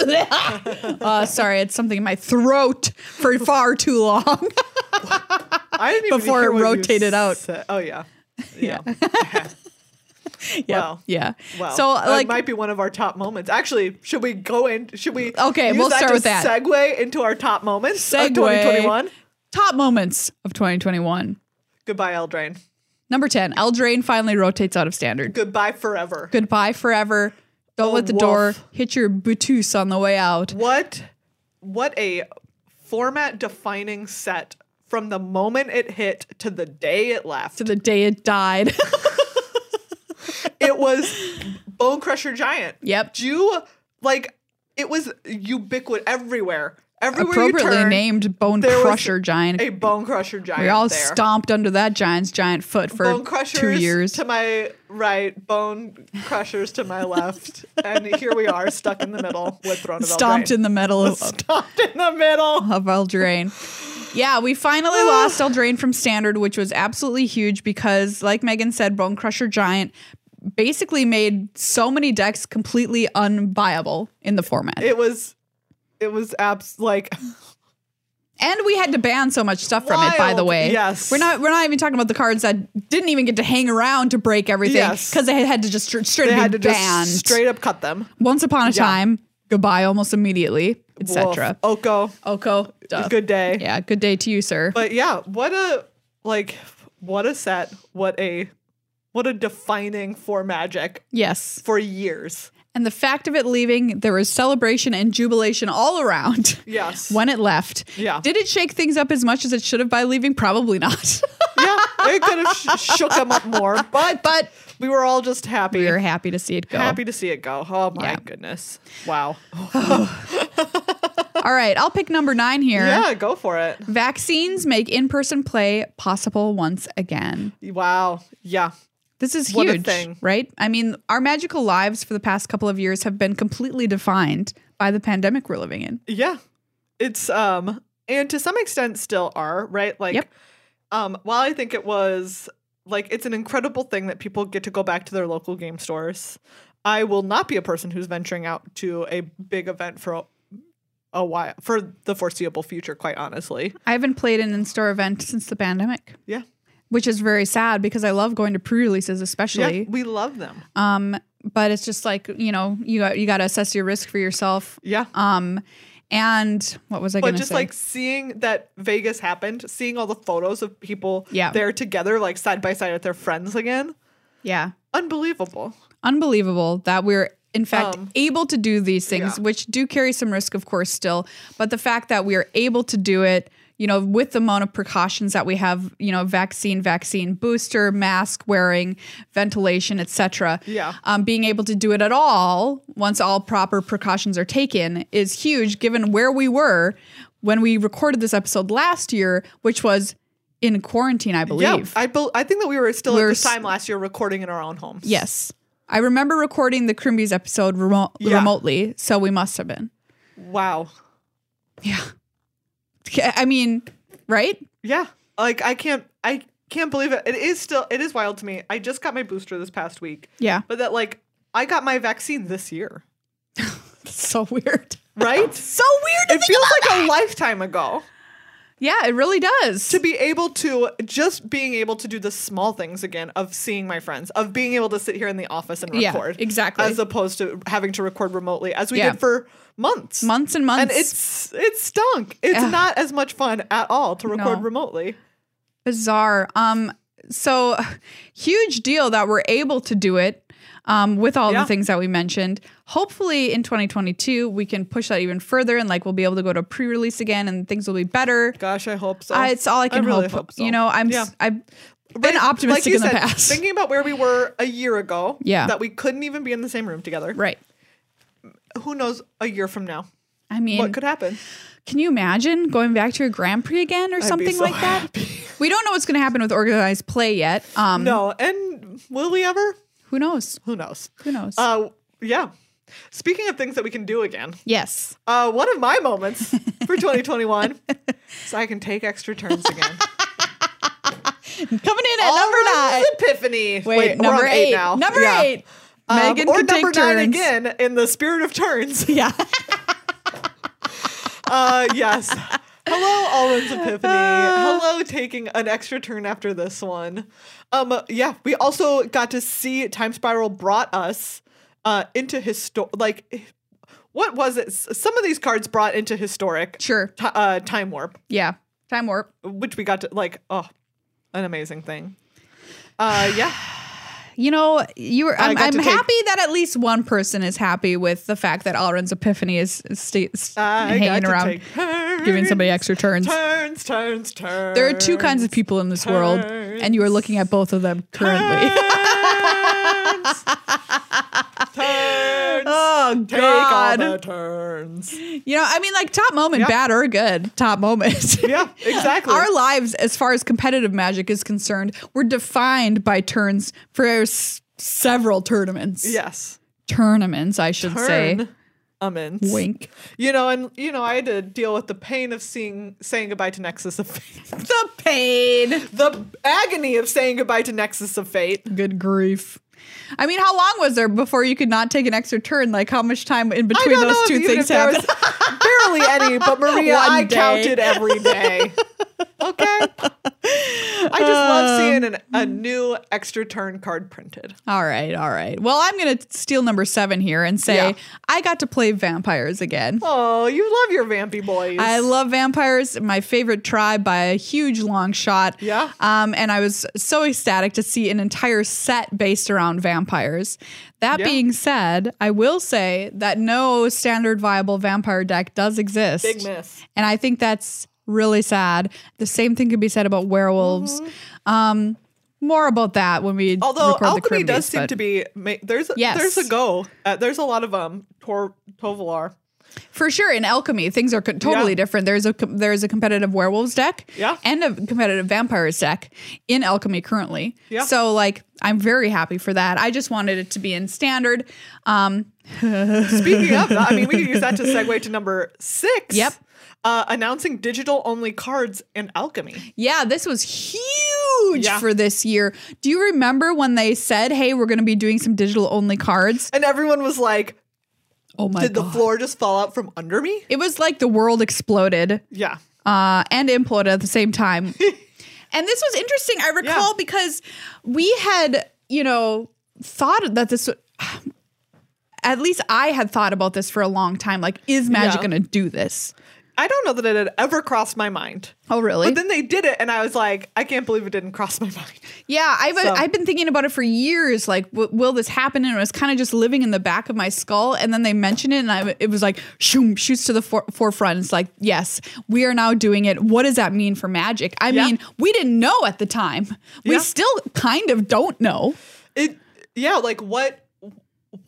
Speaker 1: uh, sorry, it's something in my throat for far too long.
Speaker 2: I didn't even
Speaker 1: Before
Speaker 2: hear
Speaker 1: it
Speaker 2: what you
Speaker 1: rotated out.
Speaker 2: said. Oh yeah. Yeah.
Speaker 1: Yeah,
Speaker 2: Wow.
Speaker 1: Yeah.
Speaker 2: Wow.
Speaker 1: So
Speaker 2: that
Speaker 1: like
Speaker 2: might be one of our top moments. Actually, should we go in? Should we?
Speaker 1: Okay,
Speaker 2: use
Speaker 1: we'll
Speaker 2: that
Speaker 1: start
Speaker 2: to
Speaker 1: with that.
Speaker 2: Segue into our top moments
Speaker 1: Segue.
Speaker 2: of 2021.
Speaker 1: top moments of 2021.
Speaker 2: Goodbye, Eldraine.
Speaker 1: Number 10, Eldraine finally rotates out of standard.
Speaker 2: Goodbye forever.
Speaker 1: Goodbye forever. Don't let the
Speaker 2: Oh, woof.
Speaker 1: door hit your bootus on the way out.
Speaker 2: What? What a format-defining set from the moment it hit to the day it left.
Speaker 1: To the day it died.
Speaker 2: it was Bone Crusher Giant.
Speaker 1: Yep.
Speaker 2: You like it was ubiquitous everywhere. Everywhere you
Speaker 1: Appropriately
Speaker 2: turn,
Speaker 1: named Bone
Speaker 2: there was
Speaker 1: Crusher Giant.
Speaker 2: a Bone Crusher Giant.
Speaker 1: We all
Speaker 2: there.
Speaker 1: stomped under that giant's giant foot for
Speaker 2: bone crushers
Speaker 1: two years.
Speaker 2: to my right, bone crushers to my left, and here we are stuck in the middle with Throne of
Speaker 1: stomped in the middle of,
Speaker 2: stomped in the middle.
Speaker 1: of Eldraine. Yeah, we finally lost Eldraine from standard, which was absolutely huge because, like Megan said, Bone Crusher Giant basically made so many decks completely unviable in the format.
Speaker 2: It was, it was abs like
Speaker 1: and we had to ban so much stuff from it, by the
Speaker 2: Wild,
Speaker 1: way.
Speaker 2: yes.
Speaker 1: We're not we're not even talking about the cards that didn't even get to hang around to break everything
Speaker 2: Yes.
Speaker 1: because they had to just straight, straight
Speaker 2: they
Speaker 1: be
Speaker 2: had to
Speaker 1: banned.
Speaker 2: just straight up cut them.
Speaker 1: Once upon a
Speaker 2: Yeah.
Speaker 1: time, goodbye almost immediately, etc.
Speaker 2: Woof. Oko,
Speaker 1: Oko, duh.
Speaker 2: good day.
Speaker 1: Yeah, good day to you, sir.
Speaker 2: But yeah, what a like, what a set. What a, what a defining for Magic
Speaker 1: yes.
Speaker 2: for years.
Speaker 1: And the fact of it leaving, there was celebration and jubilation all around
Speaker 2: Yes.
Speaker 1: when it left.
Speaker 2: Yeah.
Speaker 1: Did it shake things up as much as it should have by leaving? Probably not.
Speaker 2: yeah, it could have sh- shook them up more, but
Speaker 1: but
Speaker 2: we were all just happy.
Speaker 1: we were happy to see it go.
Speaker 2: Happy to see it go. Oh my
Speaker 1: Yeah.
Speaker 2: goodness. Wow.
Speaker 1: All right, I'll pick number nine here.
Speaker 2: Yeah, go for it.
Speaker 1: Vaccines make in person play possible once again.
Speaker 2: Wow. Yeah.
Speaker 1: This is
Speaker 2: What a
Speaker 1: huge,
Speaker 2: thing.
Speaker 1: right? I mean, our magical lives for the past couple of years have been completely defined by the pandemic we're living in.
Speaker 2: Yeah. It's um and to some extent still are, right? Like
Speaker 1: Yep.
Speaker 2: um while I think it was like it's an incredible thing that people get to go back to their local game stores. I will not be a person who's venturing out to a big event for a, a while for the foreseeable future, quite honestly.
Speaker 1: I haven't played an in store event since the pandemic,
Speaker 2: Yeah.
Speaker 1: which is very sad because I love going to pre releases,
Speaker 2: Yeah,
Speaker 1: especially.
Speaker 2: we love them.
Speaker 1: Um, but it's just like, you know, you got, you got to assess your risk for yourself.
Speaker 2: Yeah.
Speaker 1: Um, and what was I going
Speaker 2: but
Speaker 1: to
Speaker 2: just
Speaker 1: say?
Speaker 2: like seeing that Vegas happened, seeing all the photos of people
Speaker 1: Yeah.
Speaker 2: there together, like side by side with their friends again,
Speaker 1: yeah.
Speaker 2: unbelievable.
Speaker 1: unbelievable that we're in fact
Speaker 2: Um,
Speaker 1: able to do these things
Speaker 2: yeah.
Speaker 1: which do carry some risk of course still but the fact that we are able to do it you know with the amount of precautions that we have you know vaccine vaccine booster mask wearing ventilation etc
Speaker 2: Yeah.
Speaker 1: um, being able to do it at all once all proper precautions are taken is huge given where we were when we recorded this episode last year which was in quarantine i believe
Speaker 2: Yeah, I bel I think that we were still
Speaker 1: We're
Speaker 2: at this
Speaker 1: s-
Speaker 2: time last year recording in our own homes.
Speaker 1: Yes. I remember recording the Crimbies episode remote,
Speaker 2: Yeah.
Speaker 1: remotely, so we must have been.
Speaker 2: Wow.
Speaker 1: Yeah. I mean, right?
Speaker 2: Yeah. Like I can't I can't believe it. It is still it is wild to me. I just got my booster this past week,
Speaker 1: Yeah.
Speaker 2: but that like I got my vaccine this year,
Speaker 1: so weird.
Speaker 2: right?
Speaker 1: So weird. to
Speaker 2: it
Speaker 1: think
Speaker 2: feels like a lifetime ago.
Speaker 1: Yeah, it really does.
Speaker 2: to be able to just being able to do the small things again of seeing my friends, of being able to sit here in the office and
Speaker 1: Yeah,
Speaker 2: record.
Speaker 1: exactly.
Speaker 2: As opposed to having to record remotely as we
Speaker 1: Yeah.
Speaker 2: did for months.
Speaker 1: months and months.
Speaker 2: And it's it stunk. It's
Speaker 1: Ugh.
Speaker 2: not as much fun at all to record
Speaker 1: No.
Speaker 2: remotely.
Speaker 1: bizarre. Um, so huge deal that we're able to do it. Um, with all
Speaker 2: Yeah.
Speaker 1: the things that we mentioned, hopefully in 2022 we can push that even further, and like we'll be able to go to pre-release again, and things will be better.
Speaker 2: Gosh, Oh, I hope so.
Speaker 1: I, it's all I can
Speaker 2: really
Speaker 1: hope. You know, I'm
Speaker 2: Yeah.
Speaker 1: s- I've been
Speaker 2: Right,
Speaker 1: optimistic
Speaker 2: you
Speaker 1: in the
Speaker 2: said,
Speaker 1: past.
Speaker 2: Thinking about where we were a year ago,
Speaker 1: Yeah.
Speaker 2: that we couldn't even be in the same room together.
Speaker 1: right.
Speaker 2: Who knows a year from now?
Speaker 1: I mean,
Speaker 2: What could happen?
Speaker 1: Can you imagine going back to a Grand Prix again or
Speaker 2: be
Speaker 1: something
Speaker 2: so
Speaker 1: like that?
Speaker 2: happy.
Speaker 1: We don't know what's going to happen with organized play yet. Um,
Speaker 2: No, and will we ever?
Speaker 1: Who knows?
Speaker 2: Who knows?
Speaker 1: Who knows?
Speaker 2: Uh, yeah. Speaking of things that we can do again,
Speaker 1: yes.
Speaker 2: uh, one of my moments for 2021 is I can take extra turns again.
Speaker 1: Coming in at number
Speaker 2: Almond's
Speaker 1: nine.
Speaker 2: Epiphany.
Speaker 1: Wait,
Speaker 2: we're
Speaker 1: number
Speaker 2: on
Speaker 1: eight.
Speaker 2: now.
Speaker 1: Number
Speaker 2: Yeah.
Speaker 1: eight.
Speaker 2: Um,
Speaker 1: Megan
Speaker 2: or
Speaker 1: can take
Speaker 2: number
Speaker 1: turns.
Speaker 2: nine again in the spirit of turns.
Speaker 1: Yeah.
Speaker 2: Uh, yes. Hello, Almond's Epiphany. Hello, taking an extra turn after this one. Um, yeah, we also got to see Time Spiral brought us uh, into histo Like, what was it? S- Some of these cards brought into historic
Speaker 1: Sure.
Speaker 2: ti- uh, Time Warp,
Speaker 1: Yeah. Time warp.
Speaker 2: which we got to, like, oh, an amazing thing. Uh, yeah.
Speaker 1: You know, you were. I'm,
Speaker 2: got
Speaker 1: I'm
Speaker 2: to take-
Speaker 1: happy that at least one person is happy with the fact that Alren's epiphany is sta- s-
Speaker 2: I got
Speaker 1: hanging
Speaker 2: to
Speaker 1: around,
Speaker 2: take turns,
Speaker 1: giving somebody extra turns.
Speaker 2: turns, turns, turns.
Speaker 1: There are two kinds of people in this world, and you are looking at both of them currently.
Speaker 2: turns. turns.
Speaker 1: oh
Speaker 2: Take all the turns.
Speaker 1: You know, I mean, like top moment,
Speaker 2: Yep.
Speaker 1: bad or good, top moment.
Speaker 2: Yeah, exactly.
Speaker 1: Our lives, as far as competitive magic is concerned, were defined by turns for s- several tournaments.
Speaker 2: yes.
Speaker 1: Tournaments, I should say.
Speaker 2: Turn. Amends.
Speaker 1: Wink.
Speaker 2: You know, and you know, I had to deal with the pain of seeing saying goodbye to Nexus of Fate.
Speaker 1: The pain.
Speaker 2: The agony of saying goodbye to Nexus of Fate.
Speaker 1: Good grief. I mean, how long was there before you could not take an extra turn? Like, how much time in
Speaker 2: I
Speaker 1: between
Speaker 2: don't
Speaker 1: those
Speaker 2: know if
Speaker 1: two
Speaker 2: even if
Speaker 1: things
Speaker 2: there
Speaker 1: happened?
Speaker 2: was barely any, but Maria,
Speaker 1: One
Speaker 2: I
Speaker 1: day.
Speaker 2: counted every day. Okay. I just
Speaker 1: Um,
Speaker 2: love seeing an, a new extra turn card printed.
Speaker 1: All right, all right. Well, I'm going to steal number seven here and say
Speaker 2: Yeah.
Speaker 1: I got to play vampires again.
Speaker 2: Oh, you love your vampy boys.
Speaker 1: I love vampires. My favorite tribe by a huge long shot.
Speaker 2: Yeah.
Speaker 1: Um, and I was so ecstatic to see an entire set based around vampires. That
Speaker 2: Yeah.
Speaker 1: being said, I will say that no standard viable vampire deck does exist.
Speaker 2: Big miss.
Speaker 1: And I think that's really sad. The same thing could be said about werewolves. Um, more about that when we
Speaker 2: Mm-hmm. Although
Speaker 1: record the
Speaker 2: alchemy
Speaker 1: crib
Speaker 2: does
Speaker 1: days,
Speaker 2: seem
Speaker 1: but
Speaker 2: to be ma- there's a,
Speaker 1: Yes.
Speaker 2: there's a go. Uh, there's a lot of um Tor Tovalar.
Speaker 1: for sure in alchemy things are co- totally
Speaker 2: Yeah.
Speaker 1: different there's a com- there's a competitive werewolves deck
Speaker 2: Yeah.
Speaker 1: and a competitive vampires deck in alchemy currently
Speaker 2: Yeah.
Speaker 1: so like i'm very happy for that i just wanted it to be in standard um
Speaker 2: Speaking of that, I mean we could use that to segue to number six.
Speaker 1: Yep.
Speaker 2: Uh, announcing digital only cards and alchemy.
Speaker 1: yeah this was huge
Speaker 2: Yeah.
Speaker 1: for this year do you remember when they said hey we're going to be doing some digital only cards
Speaker 2: And everyone was like,
Speaker 1: oh my
Speaker 2: Did the
Speaker 1: god
Speaker 2: floor just fall out from under me?
Speaker 1: it was like the world exploded
Speaker 2: Yeah.
Speaker 1: uh, and imploded at the same time. and this was interesting, I recall,
Speaker 2: Yeah.
Speaker 1: because we had, you know, thought that this. At least I had thought about this for a long time. Like, is magic
Speaker 2: Yeah.
Speaker 1: going to do this?
Speaker 2: I don't know that it had ever crossed my mind.
Speaker 1: Oh, really?
Speaker 2: But then they did it, and I was like, I can't believe it didn't cross my mind.
Speaker 1: yeah, I've
Speaker 2: So-
Speaker 1: I've been thinking about it for years. Like, w- will this happen? And it was kind of just living in the back of my skull. And then they mentioned it, and I, it was like, shoom, shoots to the for- forefront. It's like, yes, we are now doing it. What does that mean for magic? I
Speaker 2: Yeah.
Speaker 1: mean, we didn't know at the time. We
Speaker 2: Yeah.
Speaker 1: still kind of don't know.
Speaker 2: It, yeah, like what,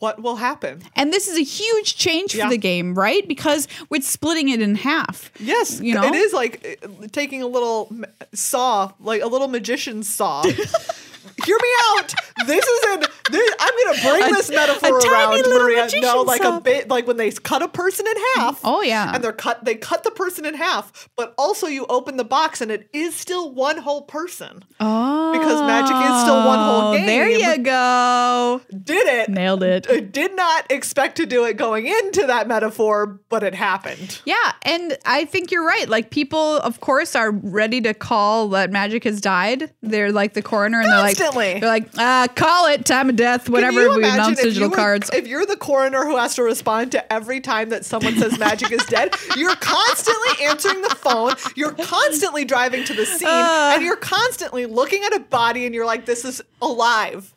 Speaker 2: what will happen?
Speaker 1: And this is a huge change for
Speaker 2: Yeah.
Speaker 1: the game, right? Because we're splitting it in half.
Speaker 2: Yes,
Speaker 1: You know?
Speaker 2: it is like uh, taking a little m- saw, like a little magician's saw, hear me out. This is an. This, I'm gonna bring
Speaker 1: A-
Speaker 2: this metaphor
Speaker 1: a tiny
Speaker 2: around,
Speaker 1: little
Speaker 2: Maria. No,
Speaker 1: magician
Speaker 2: like a
Speaker 1: sub.
Speaker 2: bit, like when they cut a person in half.
Speaker 1: Oh, yeah.
Speaker 2: and they're cut. They cut the person in half, but also you open the box and it is still one whole person.
Speaker 1: Oh,
Speaker 2: Because magic is still one whole
Speaker 1: There
Speaker 2: game.
Speaker 1: you go.
Speaker 2: Did it?
Speaker 1: Nailed it.
Speaker 2: I did not expect to do it going into that metaphor, but it happened.
Speaker 1: Yeah, and I think you're right. Like people, of course, are ready to call that magic has died. They're like the coroner, and
Speaker 2: Constantly.
Speaker 1: they're like, they're like, uh, call it time of death,
Speaker 2: Can
Speaker 1: whatever
Speaker 2: you
Speaker 1: we
Speaker 2: imagine
Speaker 1: announce
Speaker 2: if you
Speaker 1: digital
Speaker 2: were-
Speaker 1: cards.
Speaker 2: If you're the coroner who has to respond to every time that someone says magic is dead, you're constantly answering the phone, you're constantly driving to the scene,
Speaker 1: Uh.
Speaker 2: and you're constantly looking at a body and you're like, this is alive.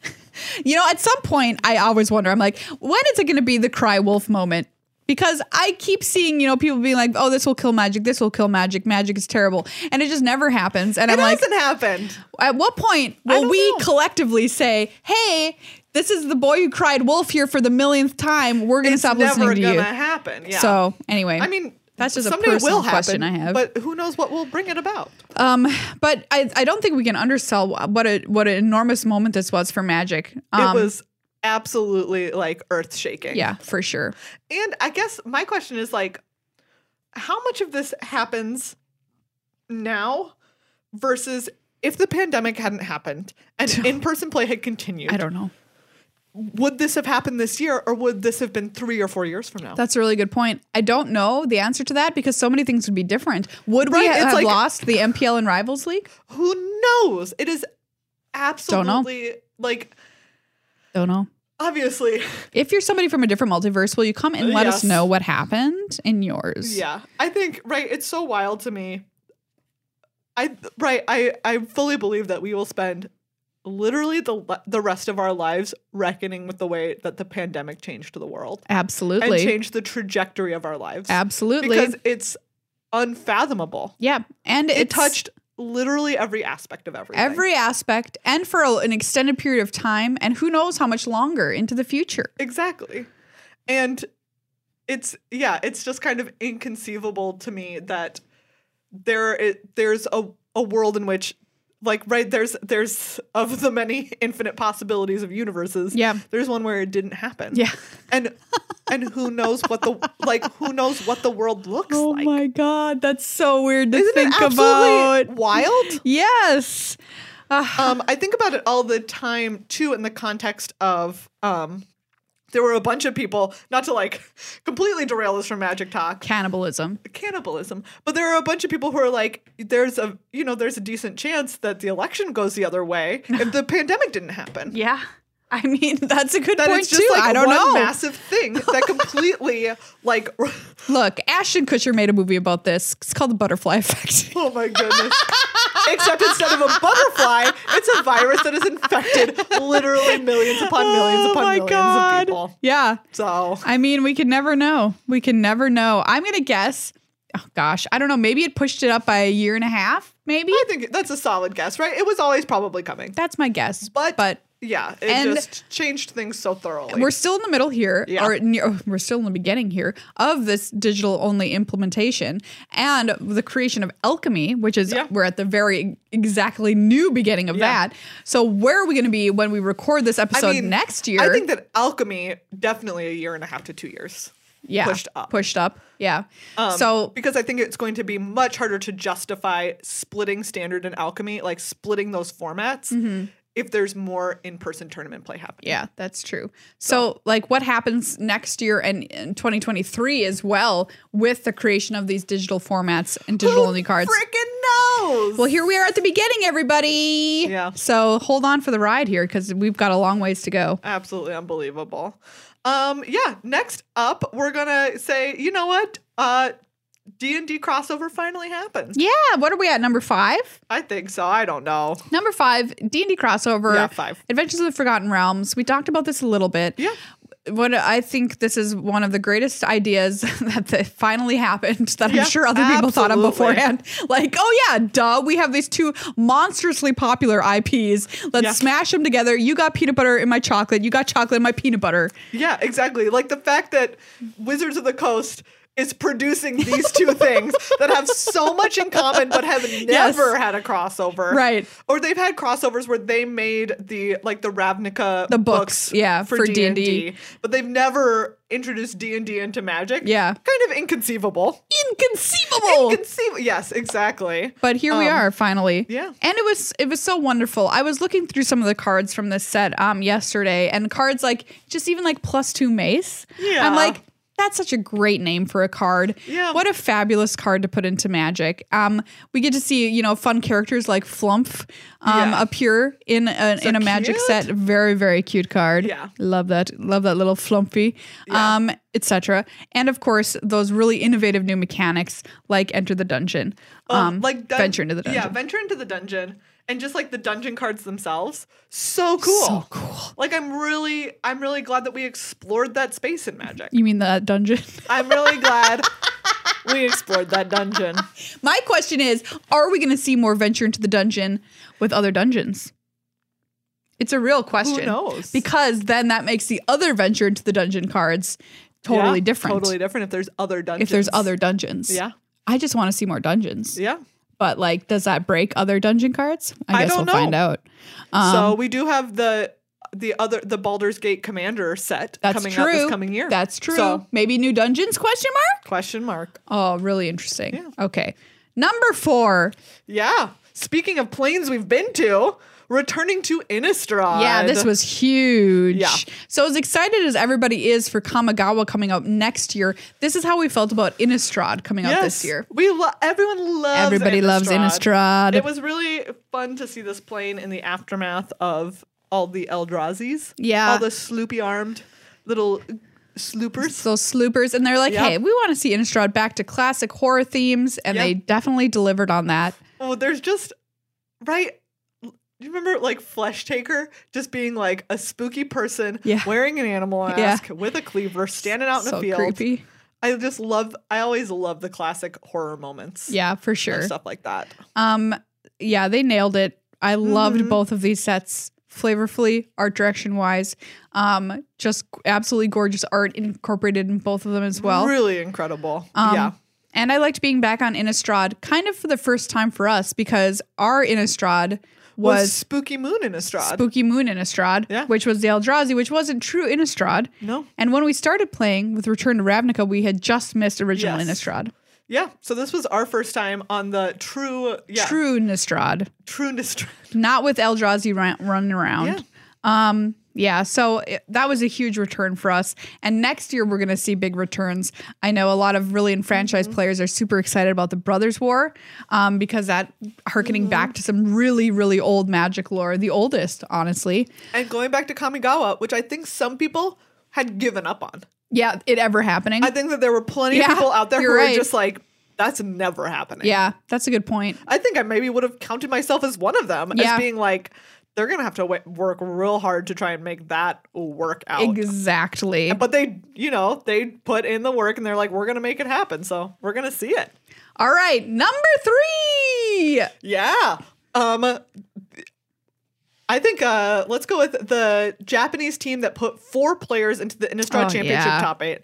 Speaker 1: You know, at some point, I always wonder. I'm like, when is it going to be the cry wolf moment? Because I keep seeing, you know, people being like, "Oh, this will kill magic. This will kill magic. Magic is terrible," and it just never happens. And
Speaker 2: It
Speaker 1: I'm like,
Speaker 2: hasn't happened.
Speaker 1: at what point will
Speaker 2: don't
Speaker 1: we
Speaker 2: know.
Speaker 1: collectively say, "Hey, this is the boy who cried wolf here for the millionth time. We're going to
Speaker 2: It's
Speaker 1: stop
Speaker 2: never
Speaker 1: listening to
Speaker 2: gonna
Speaker 1: you."
Speaker 2: happen. Yeah.
Speaker 1: So anyway,
Speaker 2: I mean,
Speaker 1: that's just a
Speaker 2: someday it
Speaker 1: personal
Speaker 2: will happen,
Speaker 1: question I have.
Speaker 2: But who knows what will bring it about?
Speaker 1: um, but I, I don't think we can undersell what a what an enormous moment this was for Magic. Um,
Speaker 2: it was absolutely like earth shaking.
Speaker 1: yeah, for sure.
Speaker 2: And I guess my question is like, how much of this happens now versus if the pandemic hadn't happened and in person play had continued?
Speaker 1: I don't know.
Speaker 2: Would this have happened this year or would this have been three or four years from now?
Speaker 1: That's a really good point. I don't know the answer to that because so many things would be different. Would we
Speaker 2: Right,
Speaker 1: ha-
Speaker 2: it's
Speaker 1: have
Speaker 2: like-
Speaker 1: lost the MPL and Rivals League?
Speaker 2: Who knows? It is
Speaker 1: know.
Speaker 2: absolutely like,
Speaker 1: Don't know.
Speaker 2: obviously,
Speaker 1: If you're somebody from a different multiverse, will you come and let
Speaker 2: Yes.
Speaker 1: us know what happened in yours?
Speaker 2: yeah. I think, right, it's so wild to me. I, right, I, I fully believe that we will spend literally the le- the rest of our lives reckoning with the way that the pandemic changed the world and
Speaker 1: Absolutely.
Speaker 2: changed the trajectory of our lives.
Speaker 1: Absolutely.
Speaker 2: Because it's unfathomable.
Speaker 1: yeah. And
Speaker 2: It
Speaker 1: it's-
Speaker 2: touched literally every aspect of everything.
Speaker 1: every aspect and for a- an extended period of time and who knows how much longer into the future
Speaker 2: exactly. And it's yeah, it's just kind of inconceivable to me that there it, there's a a world in which like right there's there's of the many infinite possibilities of universes.
Speaker 1: Yeah.
Speaker 2: There's one where it didn't happen.
Speaker 1: yeah
Speaker 2: and and who knows what the like who knows what the world looks
Speaker 1: oh
Speaker 2: like
Speaker 1: my god that's so weird to
Speaker 2: isn't
Speaker 1: think
Speaker 2: it absolutely
Speaker 1: about
Speaker 2: wild
Speaker 1: yes
Speaker 2: um i think about it all the time too in the context of um there were a bunch of people not to like completely derail us from magic talk
Speaker 1: cannibalism
Speaker 2: cannibalism but there are a bunch of people who are like there's a you know there's a decent chance that the election goes the other way if the pandemic didn't happen
Speaker 1: yeah i mean that's a good
Speaker 2: That
Speaker 1: point
Speaker 2: it's just
Speaker 1: too
Speaker 2: like
Speaker 1: i don't
Speaker 2: one
Speaker 1: know
Speaker 2: massive thing that completely like oh
Speaker 1: look ashton kutcher made a movie about this it's called the butterfly effect
Speaker 2: Oh my goodness. Except instead of a butterfly, it's a virus that has infected literally millions upon
Speaker 1: Oh
Speaker 2: millions upon millions of people.
Speaker 1: yeah
Speaker 2: So
Speaker 1: I mean, we can never know. We can never know. I'm gonna guess. Oh gosh, I don't know. Maybe it pushed it up by a year and a half. Maybe
Speaker 2: I think that's a solid guess, right? It was always probably coming.
Speaker 1: that's my guess.
Speaker 2: But-
Speaker 1: but
Speaker 2: Yeah, it
Speaker 1: And-
Speaker 2: just changed things so thoroughly.
Speaker 1: we're still in the middle here,
Speaker 2: Yeah.
Speaker 1: or near, oh, we're still in the beginning here of this digital only implementation and the creation of alchemy, which is
Speaker 2: Yeah.
Speaker 1: we're at the very exactly new beginning of
Speaker 2: Yeah.
Speaker 1: that. So where are we going to be when we record this episode next year?
Speaker 2: I think that alchemy definitely a year and a half to two years.
Speaker 1: yeah,
Speaker 2: pushed up.
Speaker 1: pushed up. Yeah.
Speaker 2: Um,
Speaker 1: so
Speaker 2: because I think it's going to be much harder to justify splitting standard and alchemy, like splitting those formats, if there's more in-person tournament play happening.
Speaker 1: Mm-hmm. Yeah, that's true. So, like, what happens next year and in 2023 as well with the creation of these digital formats and digital only cards?
Speaker 2: Freaking knows.
Speaker 1: well, here we are at the beginning, everybody.
Speaker 2: Yeah.
Speaker 1: So hold on for the ride here because we've got a long ways to go.
Speaker 2: Absolutely unbelievable. Um, yeah. Next up, we're gonna say, you know what? Uh, D and D crossover finally happens.
Speaker 1: Yeah. What are we at? Number five.
Speaker 2: I think so. I don't know.
Speaker 1: Number five. D and D crossover.
Speaker 2: Yeah, five.
Speaker 1: Adventures of the Forgotten Realms. We talked about this a little bit.
Speaker 2: Yeah.
Speaker 1: What I think this is one of the greatest ideas that that finally happened that
Speaker 2: Yeah,
Speaker 1: I'm sure other people thought of
Speaker 2: absolutely.
Speaker 1: beforehand. Like, oh yeah, duh, we have these two monstrously popular IPs. Let's
Speaker 2: Yeah.
Speaker 1: smash them together. You got peanut butter in my chocolate. You got chocolate in my peanut butter.
Speaker 2: Yeah, exactly. Like the fact that Wizards of the Coast is producing these two things that have so much in common but have never
Speaker 1: Yes.
Speaker 2: had a crossover.
Speaker 1: Right.
Speaker 2: Or they've had crossovers where they made the like the Ravnica
Speaker 1: The books, yeah, for
Speaker 2: D&D,
Speaker 1: D&D.
Speaker 2: but they've never introduced D&D into Magic.
Speaker 1: Yeah.
Speaker 2: Kind of inconceivable.
Speaker 1: Inconceivable.
Speaker 2: Inconceivable. Yes, exactly.
Speaker 1: But here we
Speaker 2: Um,
Speaker 1: are finally.
Speaker 2: yeah.
Speaker 1: And it was it was so wonderful. I was looking through some of the cards from this set um yesterday and cards like just even like plus 2 mace.
Speaker 2: Yeah.
Speaker 1: I'm like that's such a great name for a card.
Speaker 2: Yeah.
Speaker 1: What a fabulous card to put into Magic. Um we get to see, you know, fun characters like Flump um
Speaker 2: Yeah.
Speaker 1: appear in a, in a Magic
Speaker 2: cute.
Speaker 1: set. Very very cute card.
Speaker 2: Yeah.
Speaker 1: Love that. Love that little Flumpy.
Speaker 2: Yeah.
Speaker 1: Um etc. And of course, those really innovative new mechanics like Enter the Dungeon.
Speaker 2: Um,
Speaker 1: Um,
Speaker 2: like dun-
Speaker 1: Venture into the Dungeon.
Speaker 2: Yeah, venture into the dungeon, and just like the dungeon cards themselves, so cool.
Speaker 1: So cool.
Speaker 2: Like I'm really, I'm really glad that we explored that space in Magic.
Speaker 1: You mean the dungeon?
Speaker 2: I'm really glad we explored that dungeon.
Speaker 1: My question is Are we going to see more venture into the dungeon with other dungeons? It's a real question.
Speaker 2: knows?
Speaker 1: Because then that makes the other venture into the dungeon cards totally
Speaker 2: Yeah,
Speaker 1: different.
Speaker 2: Totally different. If there's other dungeons.
Speaker 1: If there's other dungeons.
Speaker 2: Yeah.
Speaker 1: I just want to see more dungeons.
Speaker 2: Yeah.
Speaker 1: But like, does that break other dungeon cards? I
Speaker 2: I
Speaker 1: guess
Speaker 2: don't
Speaker 1: we'll find
Speaker 2: know.
Speaker 1: out. Um,
Speaker 2: so we do have the the other the Baldur's Gate Commander set
Speaker 1: that's
Speaker 2: coming
Speaker 1: true.
Speaker 2: out this coming year.
Speaker 1: That's true.
Speaker 2: So
Speaker 1: Maybe new dungeons? Question mark.
Speaker 2: question mark.
Speaker 1: Oh, really interesting.
Speaker 2: Yeah.
Speaker 1: Okay. Number four.
Speaker 2: Yeah. Speaking of planes we've been to, returning to Innistrad.
Speaker 1: Yeah, this was huge.
Speaker 2: Yeah.
Speaker 1: So as excited as everybody is for Kamigawa coming up next year, this is how we felt about Innistrad coming out this year.
Speaker 2: We lo- everyone loves
Speaker 1: Everybody
Speaker 2: Innistrad.
Speaker 1: loves Innistrad.
Speaker 2: It was really fun to see this plane in the aftermath of all the Eldrazi's.
Speaker 1: Yeah.
Speaker 2: all the sloopy armed little sloopers.
Speaker 1: Those sloopers, and they're like,
Speaker 2: Yep.
Speaker 1: "Hey, we want to see Innistrad back to classic horror themes," and
Speaker 2: Yep.
Speaker 1: they definitely delivered on that.
Speaker 2: Oh, there's just right. Do you remember like Flesh Taker just being like a spooky person
Speaker 1: Yeah.
Speaker 2: wearing an animal
Speaker 1: Yeah.
Speaker 2: mask with a cleaver standing out in
Speaker 1: so
Speaker 2: a field?
Speaker 1: creepy.
Speaker 2: I just love. I always love the classic horror moments.
Speaker 1: Yeah, for
Speaker 2: and
Speaker 1: sure.
Speaker 2: stuff like that.
Speaker 1: Um, yeah, they nailed it. I loved
Speaker 2: Mhm.
Speaker 1: both of these sets flavorfully, art direction wise. Um, just absolutely gorgeous art incorporated in both of them as well.
Speaker 2: really incredible.
Speaker 1: Um,
Speaker 2: yeah,
Speaker 1: And I liked being back on Innistrad kind of for the first time for us because our Innistrad
Speaker 2: was,
Speaker 1: was,
Speaker 2: Spooky Moon Innistrad?
Speaker 1: Spooky Moon Innistrad,
Speaker 2: Yeah.
Speaker 1: which was the Eldrazi, which wasn't true Innistrad.
Speaker 2: no,
Speaker 1: And when we started playing with Return to Ravnica, we had just missed original
Speaker 2: Yes.
Speaker 1: Innistrad.
Speaker 2: yeah. So this was our first time on the true, yeah,
Speaker 1: True
Speaker 2: true,
Speaker 1: Innistrad,
Speaker 2: true Innistrad.
Speaker 1: not with Eldrazi ra- running around.
Speaker 2: Yeah.
Speaker 1: Um, yeah, so it, that was a huge return for us. And next year, we're going to see big returns. I know a lot of really enfranchised
Speaker 2: Mm-hmm.
Speaker 1: players are super excited about the Brothers War um, because that harkening
Speaker 2: Mm-hmm.
Speaker 1: back to some really, really old magic lore, the oldest, honestly.
Speaker 2: And going back to Kamigawa, which I think some people had given up on.
Speaker 1: Yeah, it ever happening.
Speaker 2: I think that there were plenty
Speaker 1: Yeah,
Speaker 2: of people out there who
Speaker 1: you're
Speaker 2: were
Speaker 1: right.
Speaker 2: just like, "That's never happening."
Speaker 1: yeah, that's a good point.
Speaker 2: I think I maybe would have counted myself as one of them
Speaker 1: Yeah.
Speaker 2: as being like, "They're gonna have to wa work real hard to try and make that work out."
Speaker 1: Exactly.
Speaker 2: but they, you know, they put in the work and they're like, "We're gonna make it happen." So we're gonna see it.
Speaker 1: All right, number three.
Speaker 2: Yeah. Um I think uh let's go with the Japanese team that put four players into the Innistrad
Speaker 1: Oh,
Speaker 2: Championship
Speaker 1: yeah.
Speaker 2: top 8.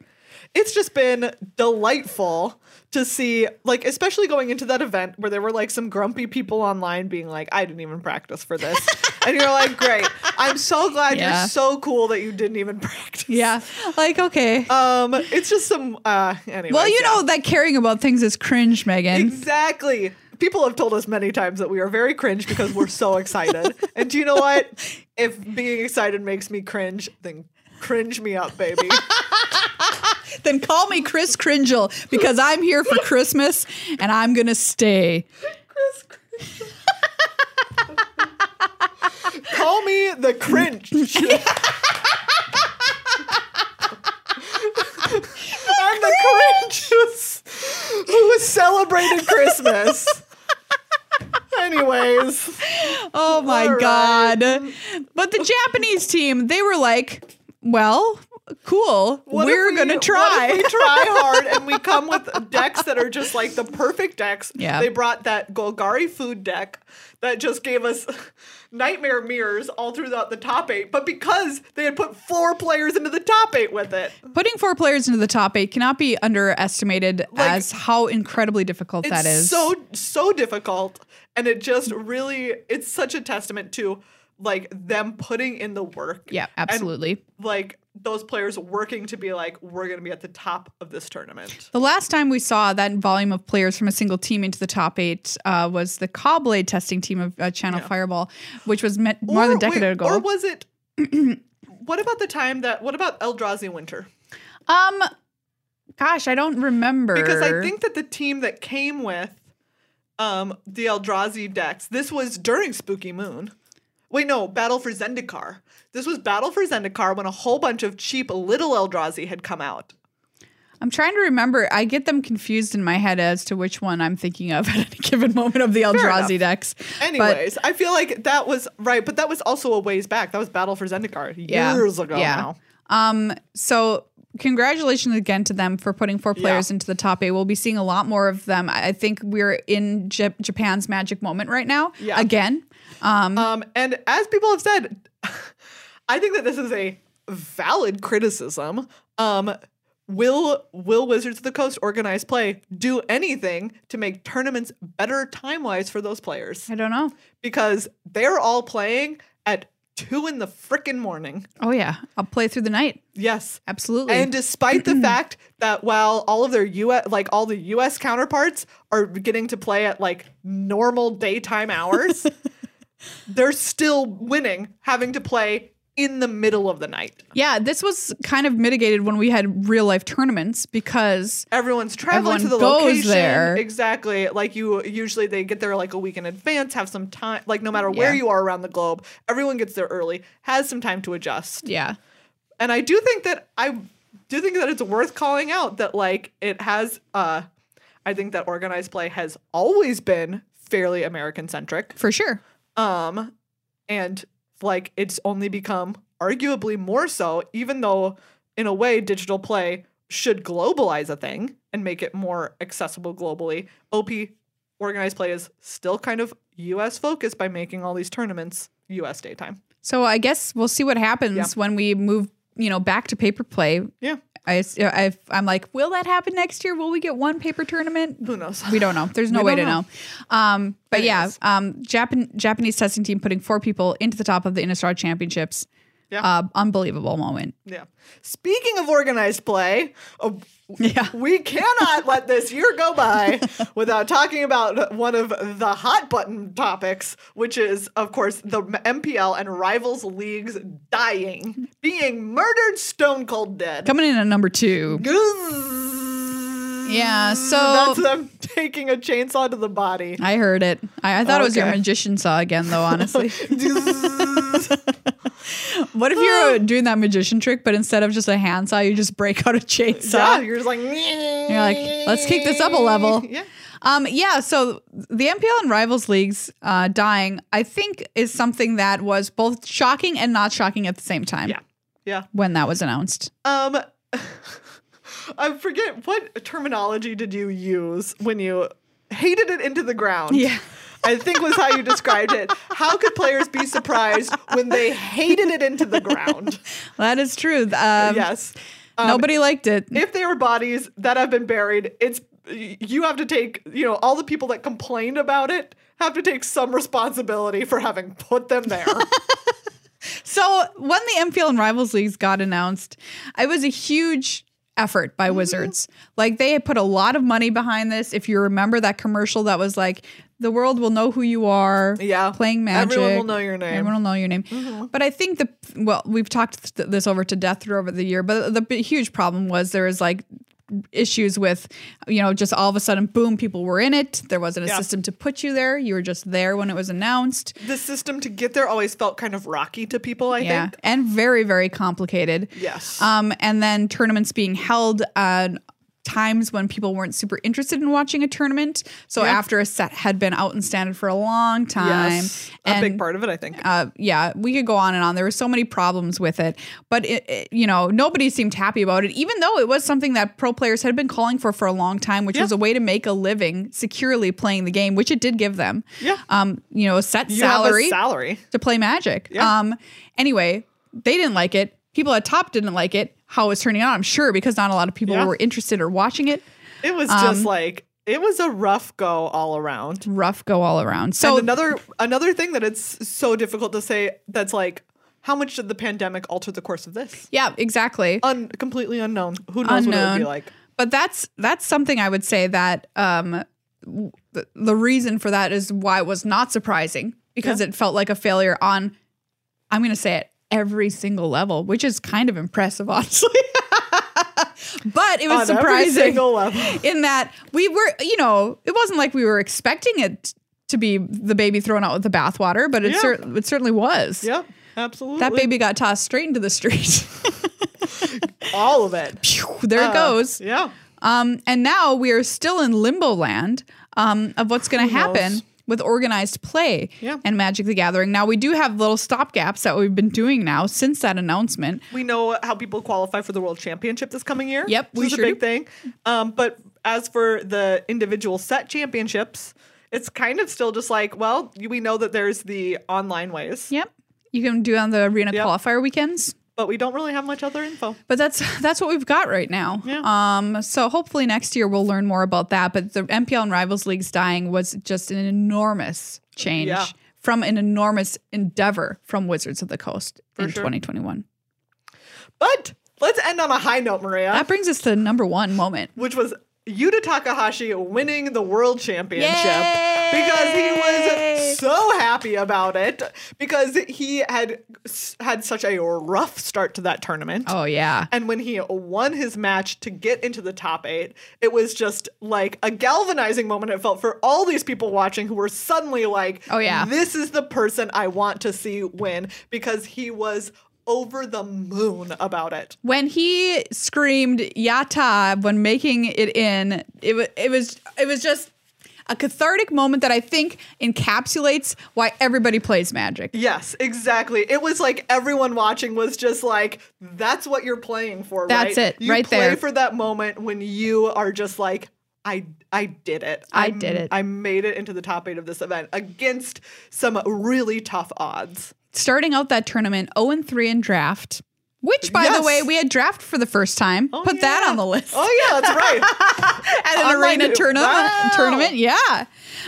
Speaker 2: It's just been delightful to see like especially going into that event where there were like some grumpy people online being like I didn't even practice for this. and you're like, "Great. I'm so glad
Speaker 1: Yeah.
Speaker 2: you're so cool that you didn't even practice."
Speaker 1: Yeah, like, okay.
Speaker 2: Um it's just some uh anyway.
Speaker 1: well, you
Speaker 2: yeah.
Speaker 1: know that caring about things is cringe, Megan.
Speaker 2: Exactly. People have told us many times that we are very cringe because we're so excited. and do you know what? If being excited makes me cringe, then cringe me up, baby.
Speaker 1: Then call me Chris Kringle because I'm here for Christmas and I'm going to stay.
Speaker 2: Call me the cringe. I'm the cringe who's- who has celebrated Christmas. Anyways.
Speaker 1: Oh my
Speaker 2: All right.
Speaker 1: God. But the Japanese team, they were like, well, cool.
Speaker 2: What if
Speaker 1: We're
Speaker 2: we-
Speaker 1: gonna
Speaker 2: what if
Speaker 1: try.
Speaker 2: we try hard, and we come with decks that are just like the perfect decks.
Speaker 1: Yeah.
Speaker 2: They brought that Golgari food deck that just gave us nightmare mirrors all throughout the top eight. But because they had put four players into the top eight with it,
Speaker 1: Putting four players into the top eight cannot be underestimated
Speaker 2: Like,
Speaker 1: as how incredibly difficult
Speaker 2: it's
Speaker 1: that is.
Speaker 2: so so difficult, and it just really it's such a testament to like them putting in the work.
Speaker 1: yeah,
Speaker 2: And
Speaker 1: absolutely.
Speaker 2: like those players working to be like we're gonna be at the top of this tournament.
Speaker 1: the last time we saw that volume of players from a single team into the top eight uh, was the Cobblade testing team of uh, Channel
Speaker 2: Yeah.
Speaker 1: Fireball, which was met more than a
Speaker 2: wait,
Speaker 1: decade ago.
Speaker 2: Or was it? what about the time that? What about Eldrazi Winter?
Speaker 1: um, gosh, I don't remember
Speaker 2: Because I think that the team that came with um, the Eldrazi decks, this was during Spooky Moon. Wait, no, Battle for Zendikar. This was Battle for Zendikar when a whole bunch of cheap little Eldrazi had come out.
Speaker 1: I'm trying to remember. I get them confused in my head as to which one I'm thinking of at any given moment of the Eldrazi
Speaker 2: enough.
Speaker 1: decks.
Speaker 2: Anyways, I feel like that was right, but that was also a ways back. That was Battle for Zendikar
Speaker 1: Yeah.
Speaker 2: years ago
Speaker 1: Yeah.
Speaker 2: now.
Speaker 1: Um, so congratulations again to them for putting four players
Speaker 2: Yeah.
Speaker 1: into the top eight. We'll be seeing a lot more of them. I I think we're in J- Japan's magic moment right now.
Speaker 2: Yeah.
Speaker 1: Again. Um,
Speaker 2: Um, and as people have said, I think that this is a valid criticism. Um, will Will Wizards of the Coast organized play do anything to make tournaments better time wise for those players?
Speaker 1: I don't know.
Speaker 2: Because they're all playing at two in the frickin' morning.
Speaker 1: Oh yeah, I'll play through the night.
Speaker 2: Yes.
Speaker 1: Absolutely.
Speaker 2: And despite the fact that while all of their US like all the US counterparts are getting to play at like normal daytime hours, they're still winning having to play in the middle of the night.
Speaker 1: yeah, this was kind of mitigated when we had real life tournaments because
Speaker 2: Everyone's traveling to the
Speaker 1: Everyone goes
Speaker 2: location.
Speaker 1: there.
Speaker 2: Exactly. Like you usually they get there like a week in advance, have some time like no matter where
Speaker 1: Yeah.
Speaker 2: you are around the globe, everyone gets there early, has some time to adjust.
Speaker 1: yeah,
Speaker 2: and I do think that I do think that it's worth calling out that like it has uh I think that organized play has always been fairly American centric.
Speaker 1: for sure.
Speaker 2: Um and like it's only become arguably more so even though in a way digital play should globalize a thing and make it more accessible globally. OP organized play is still kind of US focused by making all these tournaments US daytime.
Speaker 1: So I guess we'll see what happens
Speaker 2: Yeah.
Speaker 1: when we move, you know, back to paper play.
Speaker 2: Yeah.
Speaker 1: I, uh, I, I'm like, will that happen next year? Will we get one paper tournament?
Speaker 2: Who knows?
Speaker 1: We don't know. There's no
Speaker 2: We
Speaker 1: way to
Speaker 2: don't
Speaker 1: know. Um, but yeah,
Speaker 2: Anyways.
Speaker 1: um, Japan Japanese testing team putting four people into the top of the Innistrad Championships.
Speaker 2: Yeah.
Speaker 1: Uh, unbelievable moment.
Speaker 2: Yeah. Speaking of organized play, uh,
Speaker 1: Yeah.
Speaker 2: we cannot let this year go by without talking about one of the hot button topics, which is, of course, the MPL and Rivals Leagues dying, being murdered stone cold dead.
Speaker 1: Coming in at number two. Yeah,
Speaker 2: Yeah,
Speaker 1: so-
Speaker 2: That's them taking a chainsaw to the body.
Speaker 1: I heard it. I, I thought it was your
Speaker 2: Okay.
Speaker 1: magician saw again, though, honestly. what if you're uh, doing that magician trick, but instead of just a handsaw, you just break out a
Speaker 2: yeah,
Speaker 1: chainsaw?
Speaker 2: you're just like,
Speaker 1: You're like, let's kick this up a level.
Speaker 2: Yeah.
Speaker 1: Um, yeah, so the MPL and Rivals Leagues uh, dying, I think, is something that was both shocking and not shocking at the same time
Speaker 2: Yeah. Yeah.
Speaker 1: when that was announced.
Speaker 2: Um, I forget what terminology did you use when you hated it into the ground.
Speaker 1: Yeah.
Speaker 2: I think was how you described it. How could players be surprised when they hated it into the ground?
Speaker 1: That is true. Um,
Speaker 2: yes. Um,
Speaker 1: nobody liked it.
Speaker 2: If they were bodies that have been buried, it's you have to take, you know, all the people that complained about it have to take some responsibility for having put them there.
Speaker 1: So when the MPL and Rivals Leagues got announced, it was a huge effort by
Speaker 2: Mm-hmm.
Speaker 1: Wizards. Like they had put a lot of money behind this. If you remember that commercial that was like, the world will know who you are.
Speaker 2: Yeah.
Speaker 1: Playing magic.
Speaker 2: Everyone will know your name. Mm-hmm.
Speaker 1: Everyone will know your name. But I think the, well, we've talked th- this over to death through over the year, but the b- huge problem was there was like issues with, you know, just all of a sudden, boom, people were in it. There wasn't a
Speaker 2: Yeah.
Speaker 1: system to put you there. You were just there when it was announced.
Speaker 2: the system to get there always felt kind of rocky to people, I
Speaker 1: Yeah,
Speaker 2: think.
Speaker 1: and very very complicated.
Speaker 2: Yes.
Speaker 1: Um, and then tournaments being held on times when people weren't super interested in watching a tournament. So
Speaker 2: Yeah.
Speaker 1: after a set had been out in standard for a long time,
Speaker 2: Yes, a big part of it, I think.
Speaker 1: uh, yeah, we could go on and on. There were so many problems with it, but it, it- you know, nobody seemed happy about it, even though it was something that pro players had been calling for for a long time, which
Speaker 2: Yeah.
Speaker 1: was a way to make a living securely playing the game, which it did give them.
Speaker 2: Yeah.
Speaker 1: um, you know, a set
Speaker 2: You have a
Speaker 1: salary
Speaker 2: salary.
Speaker 1: to play Magic.
Speaker 2: Yeah.
Speaker 1: Um, anyway, they didn't like it. People at top didn't like it. How it was turning out, I'm sure, because not a lot of people
Speaker 2: Yeah.
Speaker 1: were interested or watching it.
Speaker 2: It was
Speaker 1: Um,
Speaker 2: just like it was a rough go all around.
Speaker 1: Rough go all around. So
Speaker 2: and another another thing that it's so difficult to say that's like how much did the pandemic alter the course of this?
Speaker 1: yeah, exactly.
Speaker 2: Un- completely unknown. Who knows what it would
Speaker 1: Unknown.
Speaker 2: be like?
Speaker 1: but that's that's something I would say that um, w- the, the reason for that is why it was not surprising because it felt like a failure on. I'm going to say it every single level, which is kind of impressive, honestly. but it was
Speaker 2: On every
Speaker 1: surprising
Speaker 2: single level.
Speaker 1: in that we were, you know, it wasn't like we were expecting it to be the baby thrown out with the bathwater, but it,
Speaker 2: Yeah.
Speaker 1: cer- it certainly was.
Speaker 2: Yep, absolutely.
Speaker 1: That baby got tossed straight into the street.
Speaker 2: all of it.
Speaker 1: Phew, there it
Speaker 2: Uh,
Speaker 1: goes.
Speaker 2: Yeah.
Speaker 1: Um, and now we are still in limbo land um, of what's going to happen
Speaker 2: knows?
Speaker 1: with organized play
Speaker 2: Yeah.
Speaker 1: and Magic the Gathering. Now, we do have little stop gaps that we've been doing now since that announcement.
Speaker 2: We know how people qualify for the world championship this coming year.
Speaker 1: Yep, we
Speaker 2: which is
Speaker 1: sure
Speaker 2: a big
Speaker 1: do.
Speaker 2: thing. Um, but as for the individual set championships, it's kind of still just like, well, we know that there's the online ways,
Speaker 1: Yep. You can do it on the arena
Speaker 2: Yep.
Speaker 1: qualifier weekends.
Speaker 2: but we don't really have much other info.
Speaker 1: But that's that's what we've got right now.
Speaker 2: Yeah.
Speaker 1: Um, so hopefully next year we'll learn more about that. But the MPL and Rivals Leagues dying was just an enormous change
Speaker 2: Yeah.
Speaker 1: from an enormous endeavor from Wizards of the Coast in
Speaker 2: sure.
Speaker 1: 2021.
Speaker 2: But let's end on a high note, Maria,
Speaker 1: That brings us to the number one moment.
Speaker 2: which was Yuta Takahashi winning the world championship because he
Speaker 1: Yay!
Speaker 2: was so happy about it because he had had such a rough start to that tournament.
Speaker 1: Oh yeah.
Speaker 2: And when he won his match to get into the top eight, it was just like a galvanizing moment it felt for all these people watching who were suddenly like,
Speaker 1: Oh, yeah.
Speaker 2: this is the person I want to see win because he was over the moon about it.
Speaker 1: When he screamed "Yata" when making it in, it was it was it was just a cathartic moment that I think encapsulates why everybody plays Magic.
Speaker 2: Yes, exactly. It was like everyone watching was just like, that's what you're playing for, right?
Speaker 1: That's it,
Speaker 2: You
Speaker 1: right
Speaker 2: play
Speaker 1: there.
Speaker 2: for that moment when you are just like, I I did it.
Speaker 1: I
Speaker 2: I'm-
Speaker 1: did it."
Speaker 2: I made it into the top eight of this event against some really tough odds.
Speaker 1: starting out that tournament 0 and 3 in draft, which, by
Speaker 2: Yes.
Speaker 1: the way, we had draft for the first time.
Speaker 2: Oh,
Speaker 1: Put that
Speaker 2: yeah.
Speaker 1: on the list.
Speaker 2: Oh yeah, that's right.
Speaker 1: At an
Speaker 2: online
Speaker 1: arena
Speaker 2: do-
Speaker 1: tournament.
Speaker 2: Wow.
Speaker 1: tournament. Yeah.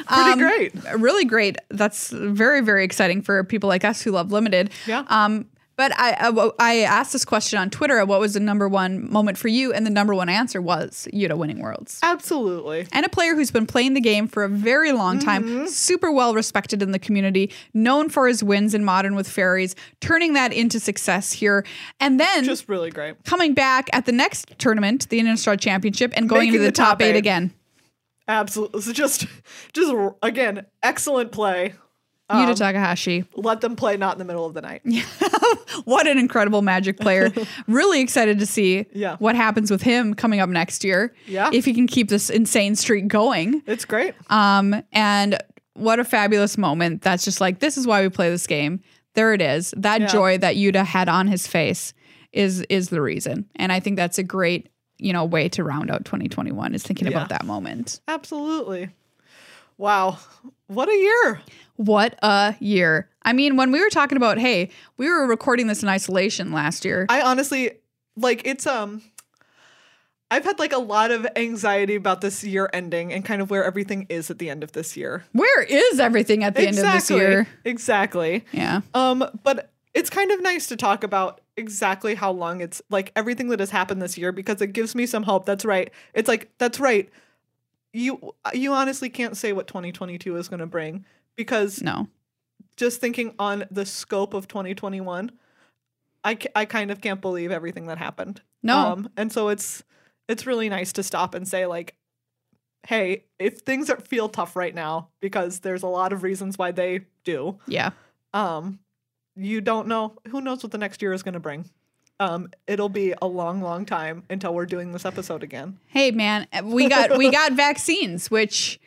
Speaker 1: Um,
Speaker 2: Pretty great.
Speaker 1: Really great. That's very, very exciting for people like us who love limited.
Speaker 2: Yeah.
Speaker 1: Um, but I, I w- I asked this question on Twitter what was the number one moment for you? And the number one answer was Yuta winning worlds.
Speaker 2: Absolutely.
Speaker 1: And a player who's been playing the game for a very long time,
Speaker 2: Mm-hmm.
Speaker 1: super well respected in the community, known for his wins in Modern with Fairies, turning that into success here. And then
Speaker 2: Just really great.
Speaker 1: coming back at the next tournament, the Indian Star Championship, and going
Speaker 2: Making
Speaker 1: into the,
Speaker 2: the
Speaker 1: top,
Speaker 2: top
Speaker 1: eight
Speaker 2: eight.
Speaker 1: again.
Speaker 2: Absolutely. So just just again, excellent play. Oh.
Speaker 1: Yuta Takahashi.
Speaker 2: Let them play not in the middle of the night.
Speaker 1: What an incredible magic player. really excited to see
Speaker 2: Yeah.
Speaker 1: what happens with him coming up next year.
Speaker 2: Yeah.
Speaker 1: If he can keep this insane streak going.
Speaker 2: It's great.
Speaker 1: Um, and what a fabulous moment. That's just like, this is why we play this game. There it is. That
Speaker 2: Yeah.
Speaker 1: joy that Yuta had on his face is is the reason. And I think that's a great, you know, way to round out 2021 is thinking about
Speaker 2: Yeah.
Speaker 1: that moment.
Speaker 2: Absolutely. Wow. What a year.
Speaker 1: What a year. I mean, when we were talking about, hey, we were recording this in isolation last year.
Speaker 2: I honestly like it's um I've had like a lot of anxiety about this year ending and kind of where everything is at the end of this year.
Speaker 1: Where is everything at the end of this year?
Speaker 2: Exactly.
Speaker 1: Yeah.
Speaker 2: Um, but it's kind of nice to talk about exactly how long it's like everything that has happened this year because it gives me some hope. That's right. It's like that's right. You you honestly can't say what 2022 is going to bring because
Speaker 1: No.
Speaker 2: just thinking on the scope of 2021, I ca- I kind of can't believe everything that happened. Um,
Speaker 1: No.
Speaker 2: and so it's it's really nice to stop and say like hey, if things are, feel tough right now because there's a lot of reasons why they do
Speaker 1: Yeah.
Speaker 2: um you don't know who knows what the next year is going to bring Um, it'll be a long, long time until we're doing this episode again.
Speaker 1: Hey man, we got we got vaccines, which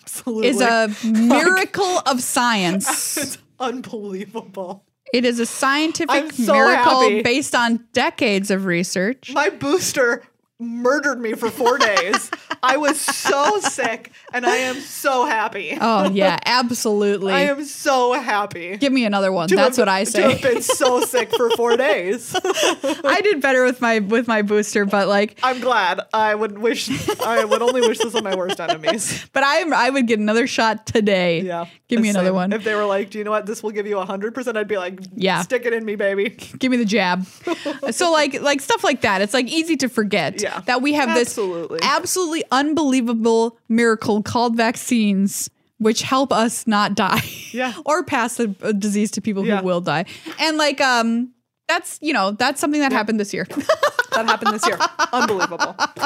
Speaker 2: Absolutely.
Speaker 1: is uh, a miracle of science.
Speaker 2: it's unbelievable.
Speaker 1: It is a scientific
Speaker 2: I'm so
Speaker 1: miracle
Speaker 2: happy.
Speaker 1: based on decades of research.
Speaker 2: My booster murdered me for four days. I was so sick, and I am so happy.
Speaker 1: Oh yeah, absolutely.
Speaker 2: I am so happy.
Speaker 1: Give me another one.
Speaker 2: To
Speaker 1: That's
Speaker 2: have-
Speaker 1: what I
Speaker 2: To have
Speaker 1: say.
Speaker 2: been so sick for four days.
Speaker 1: I did better with my with my booster, but like
Speaker 2: I'm glad. I would wish. I would only wish this on my worst enemies.
Speaker 1: but I am I would get another shot today.
Speaker 2: Yeah.
Speaker 1: Give me
Speaker 2: the
Speaker 1: another
Speaker 2: same.
Speaker 1: one.
Speaker 2: If they were like, do you know what? This will give you 100%, I'd be like,
Speaker 1: Yeah.
Speaker 2: stick it in me, baby.
Speaker 1: Give me the jab. so like like stuff like that. It's like easy to forget
Speaker 2: Yeah.
Speaker 1: that we have
Speaker 2: Absolutely.
Speaker 1: this absolutely unbelievable miracle called vaccines which help us not die.
Speaker 2: Yeah.
Speaker 1: or pass the uh, disease to people
Speaker 2: Yeah.
Speaker 1: who will die. And like um that's you know that's something that happened this year.
Speaker 2: That happened this year. Unbelievable.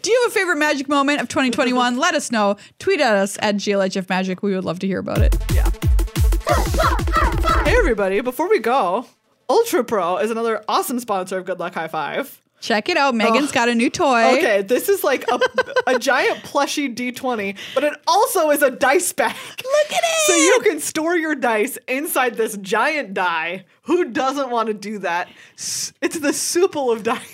Speaker 1: Do you have a favorite magic moment of 2021? Let us know. Tweet at us at GLHF Magic. We would love to hear about it.
Speaker 2: Yeah. Hey, everybody. Before we go, Ultra Pro is another awesome sponsor of Good Luck High Five.
Speaker 1: Check it out. Megan's got a new toy.
Speaker 2: Okay, this is like a, a giant plushy D20, but it also is a dice bag. Look
Speaker 1: at
Speaker 2: So you can store your dice inside this giant die. Who doesn't want to do that? S- It's the souple of dice.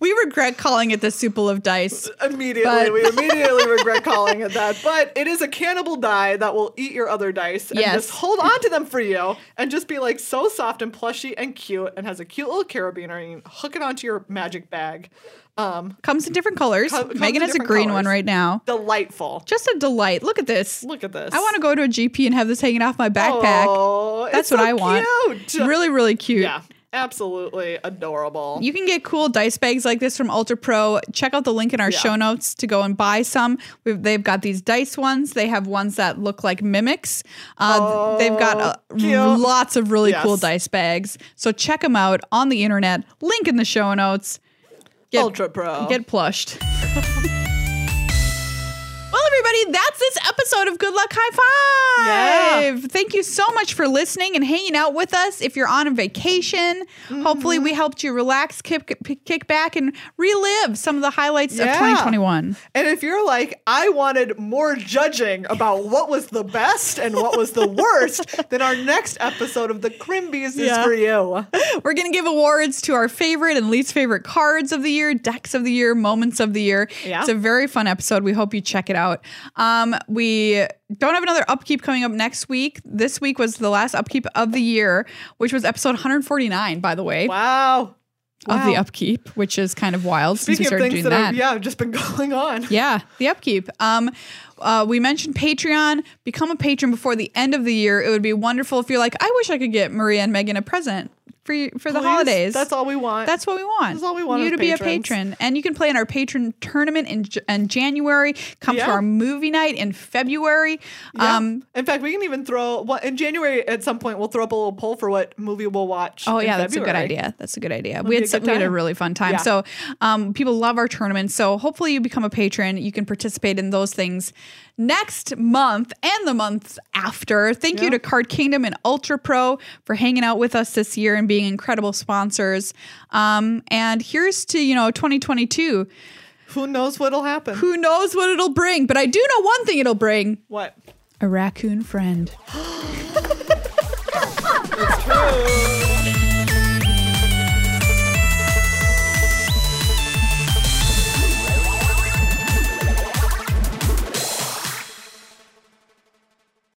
Speaker 1: We regret calling it the Suple of Dice.
Speaker 2: immediately,
Speaker 1: But-
Speaker 2: we immediately regret calling it that. But it is a cannibal die that will eat your other dice and
Speaker 1: Yes.
Speaker 2: just hold on to them for you and just be like so soft and plushy and cute and has a cute little carabiner and you hook it onto your magic bag. Um,
Speaker 1: Comes in different colors.
Speaker 2: Co- comes
Speaker 1: Megan
Speaker 2: in
Speaker 1: has a
Speaker 2: different
Speaker 1: green
Speaker 2: colors.
Speaker 1: one right now.
Speaker 2: delightful.
Speaker 1: Just a delight. Look at this.
Speaker 2: Look at this.
Speaker 1: I want to go to a GP and have this hanging off my backpack.
Speaker 2: Oh,
Speaker 1: That's
Speaker 2: it's
Speaker 1: what
Speaker 2: so
Speaker 1: I want.
Speaker 2: Cute.
Speaker 1: Really, really cute.
Speaker 2: Yeah, absolutely adorable.
Speaker 1: You can get cool dice bags like this from Ultra Pro. Check out the link in our
Speaker 2: Yeah.
Speaker 1: show notes to go and buy some. We've, they've got these dice ones. They have ones that look like mimics. Uh,
Speaker 2: Oh,
Speaker 1: they've got uh,
Speaker 2: cute.
Speaker 1: lots of really cool
Speaker 2: Yes.
Speaker 1: dice bags. So check them out on the internet. Link in the show notes. Get,
Speaker 2: Ultra pro.
Speaker 1: Get plushed. Well, everybody, that's this episode of Good Luck High Five. Thank you so much for listening and hanging out with us. If you're on a vacation, hopefully we helped you relax, kick, kick back, and relive some of the highlights of
Speaker 2: Yeah.
Speaker 1: 2021.
Speaker 2: and if you're like, I wanted more judging about what was the best and what was the worst, then our next episode of the Crimbies
Speaker 1: Yeah.
Speaker 2: is for you.
Speaker 1: We're going to give awards to our favorite and least favorite cards of the year, decks of the year, moments of the year.
Speaker 2: Yeah.
Speaker 1: It's a very fun episode. We hope you check it out. Um, we don't have another upkeep coming up next week. This week was the last upkeep of the year, which was episode 149, by the way,
Speaker 2: Wow.
Speaker 1: of the
Speaker 2: Wow.
Speaker 1: upkeep, which is kind of wild
Speaker 2: Speaking
Speaker 1: since we
Speaker 2: of
Speaker 1: started
Speaker 2: things
Speaker 1: doing
Speaker 2: that,
Speaker 1: that.
Speaker 2: I've, yeah, have just been going on.
Speaker 1: Yeah, the upkeep. Um, uh, we mentioned Patreon. Become a patron before the end of the year. It would be wonderful if you're like, I wish I could get Maria and Megan a present for you- for the
Speaker 2: Please,
Speaker 1: holidays.
Speaker 2: That's all we want.
Speaker 1: That's what we want.
Speaker 2: That's all we want
Speaker 1: You
Speaker 2: as
Speaker 1: to be a
Speaker 2: patrons.
Speaker 1: patron, and you can play in our patron tournament in, J- in January. Come
Speaker 2: Yeah.
Speaker 1: to our movie night in February.
Speaker 2: Yeah.
Speaker 1: Um,
Speaker 2: in fact, we can even throw well, in January at some point. We'll throw up a little poll for what movie we'll watch.
Speaker 1: Oh
Speaker 2: in
Speaker 1: yeah, that's a good
Speaker 2: February.
Speaker 1: idea. That's a good idea. We
Speaker 2: be
Speaker 1: had
Speaker 2: a
Speaker 1: some,
Speaker 2: good
Speaker 1: we had a
Speaker 2: time.
Speaker 1: really fun time.
Speaker 2: Yeah.
Speaker 1: So um, people love our tournament. So hopefully you become a patron. You can participate in those things next month and the months after. Thank you
Speaker 2: Yeah.
Speaker 1: to Card Kingdom and Ultra Pro for hanging out with us this year and being incredible sponsors. Um, and here's to you know 2022.
Speaker 2: Who knows what'll happen?
Speaker 1: Who knows what it'll bring? But I do know one thing it'll bring
Speaker 2: what?
Speaker 1: a raccoon friend.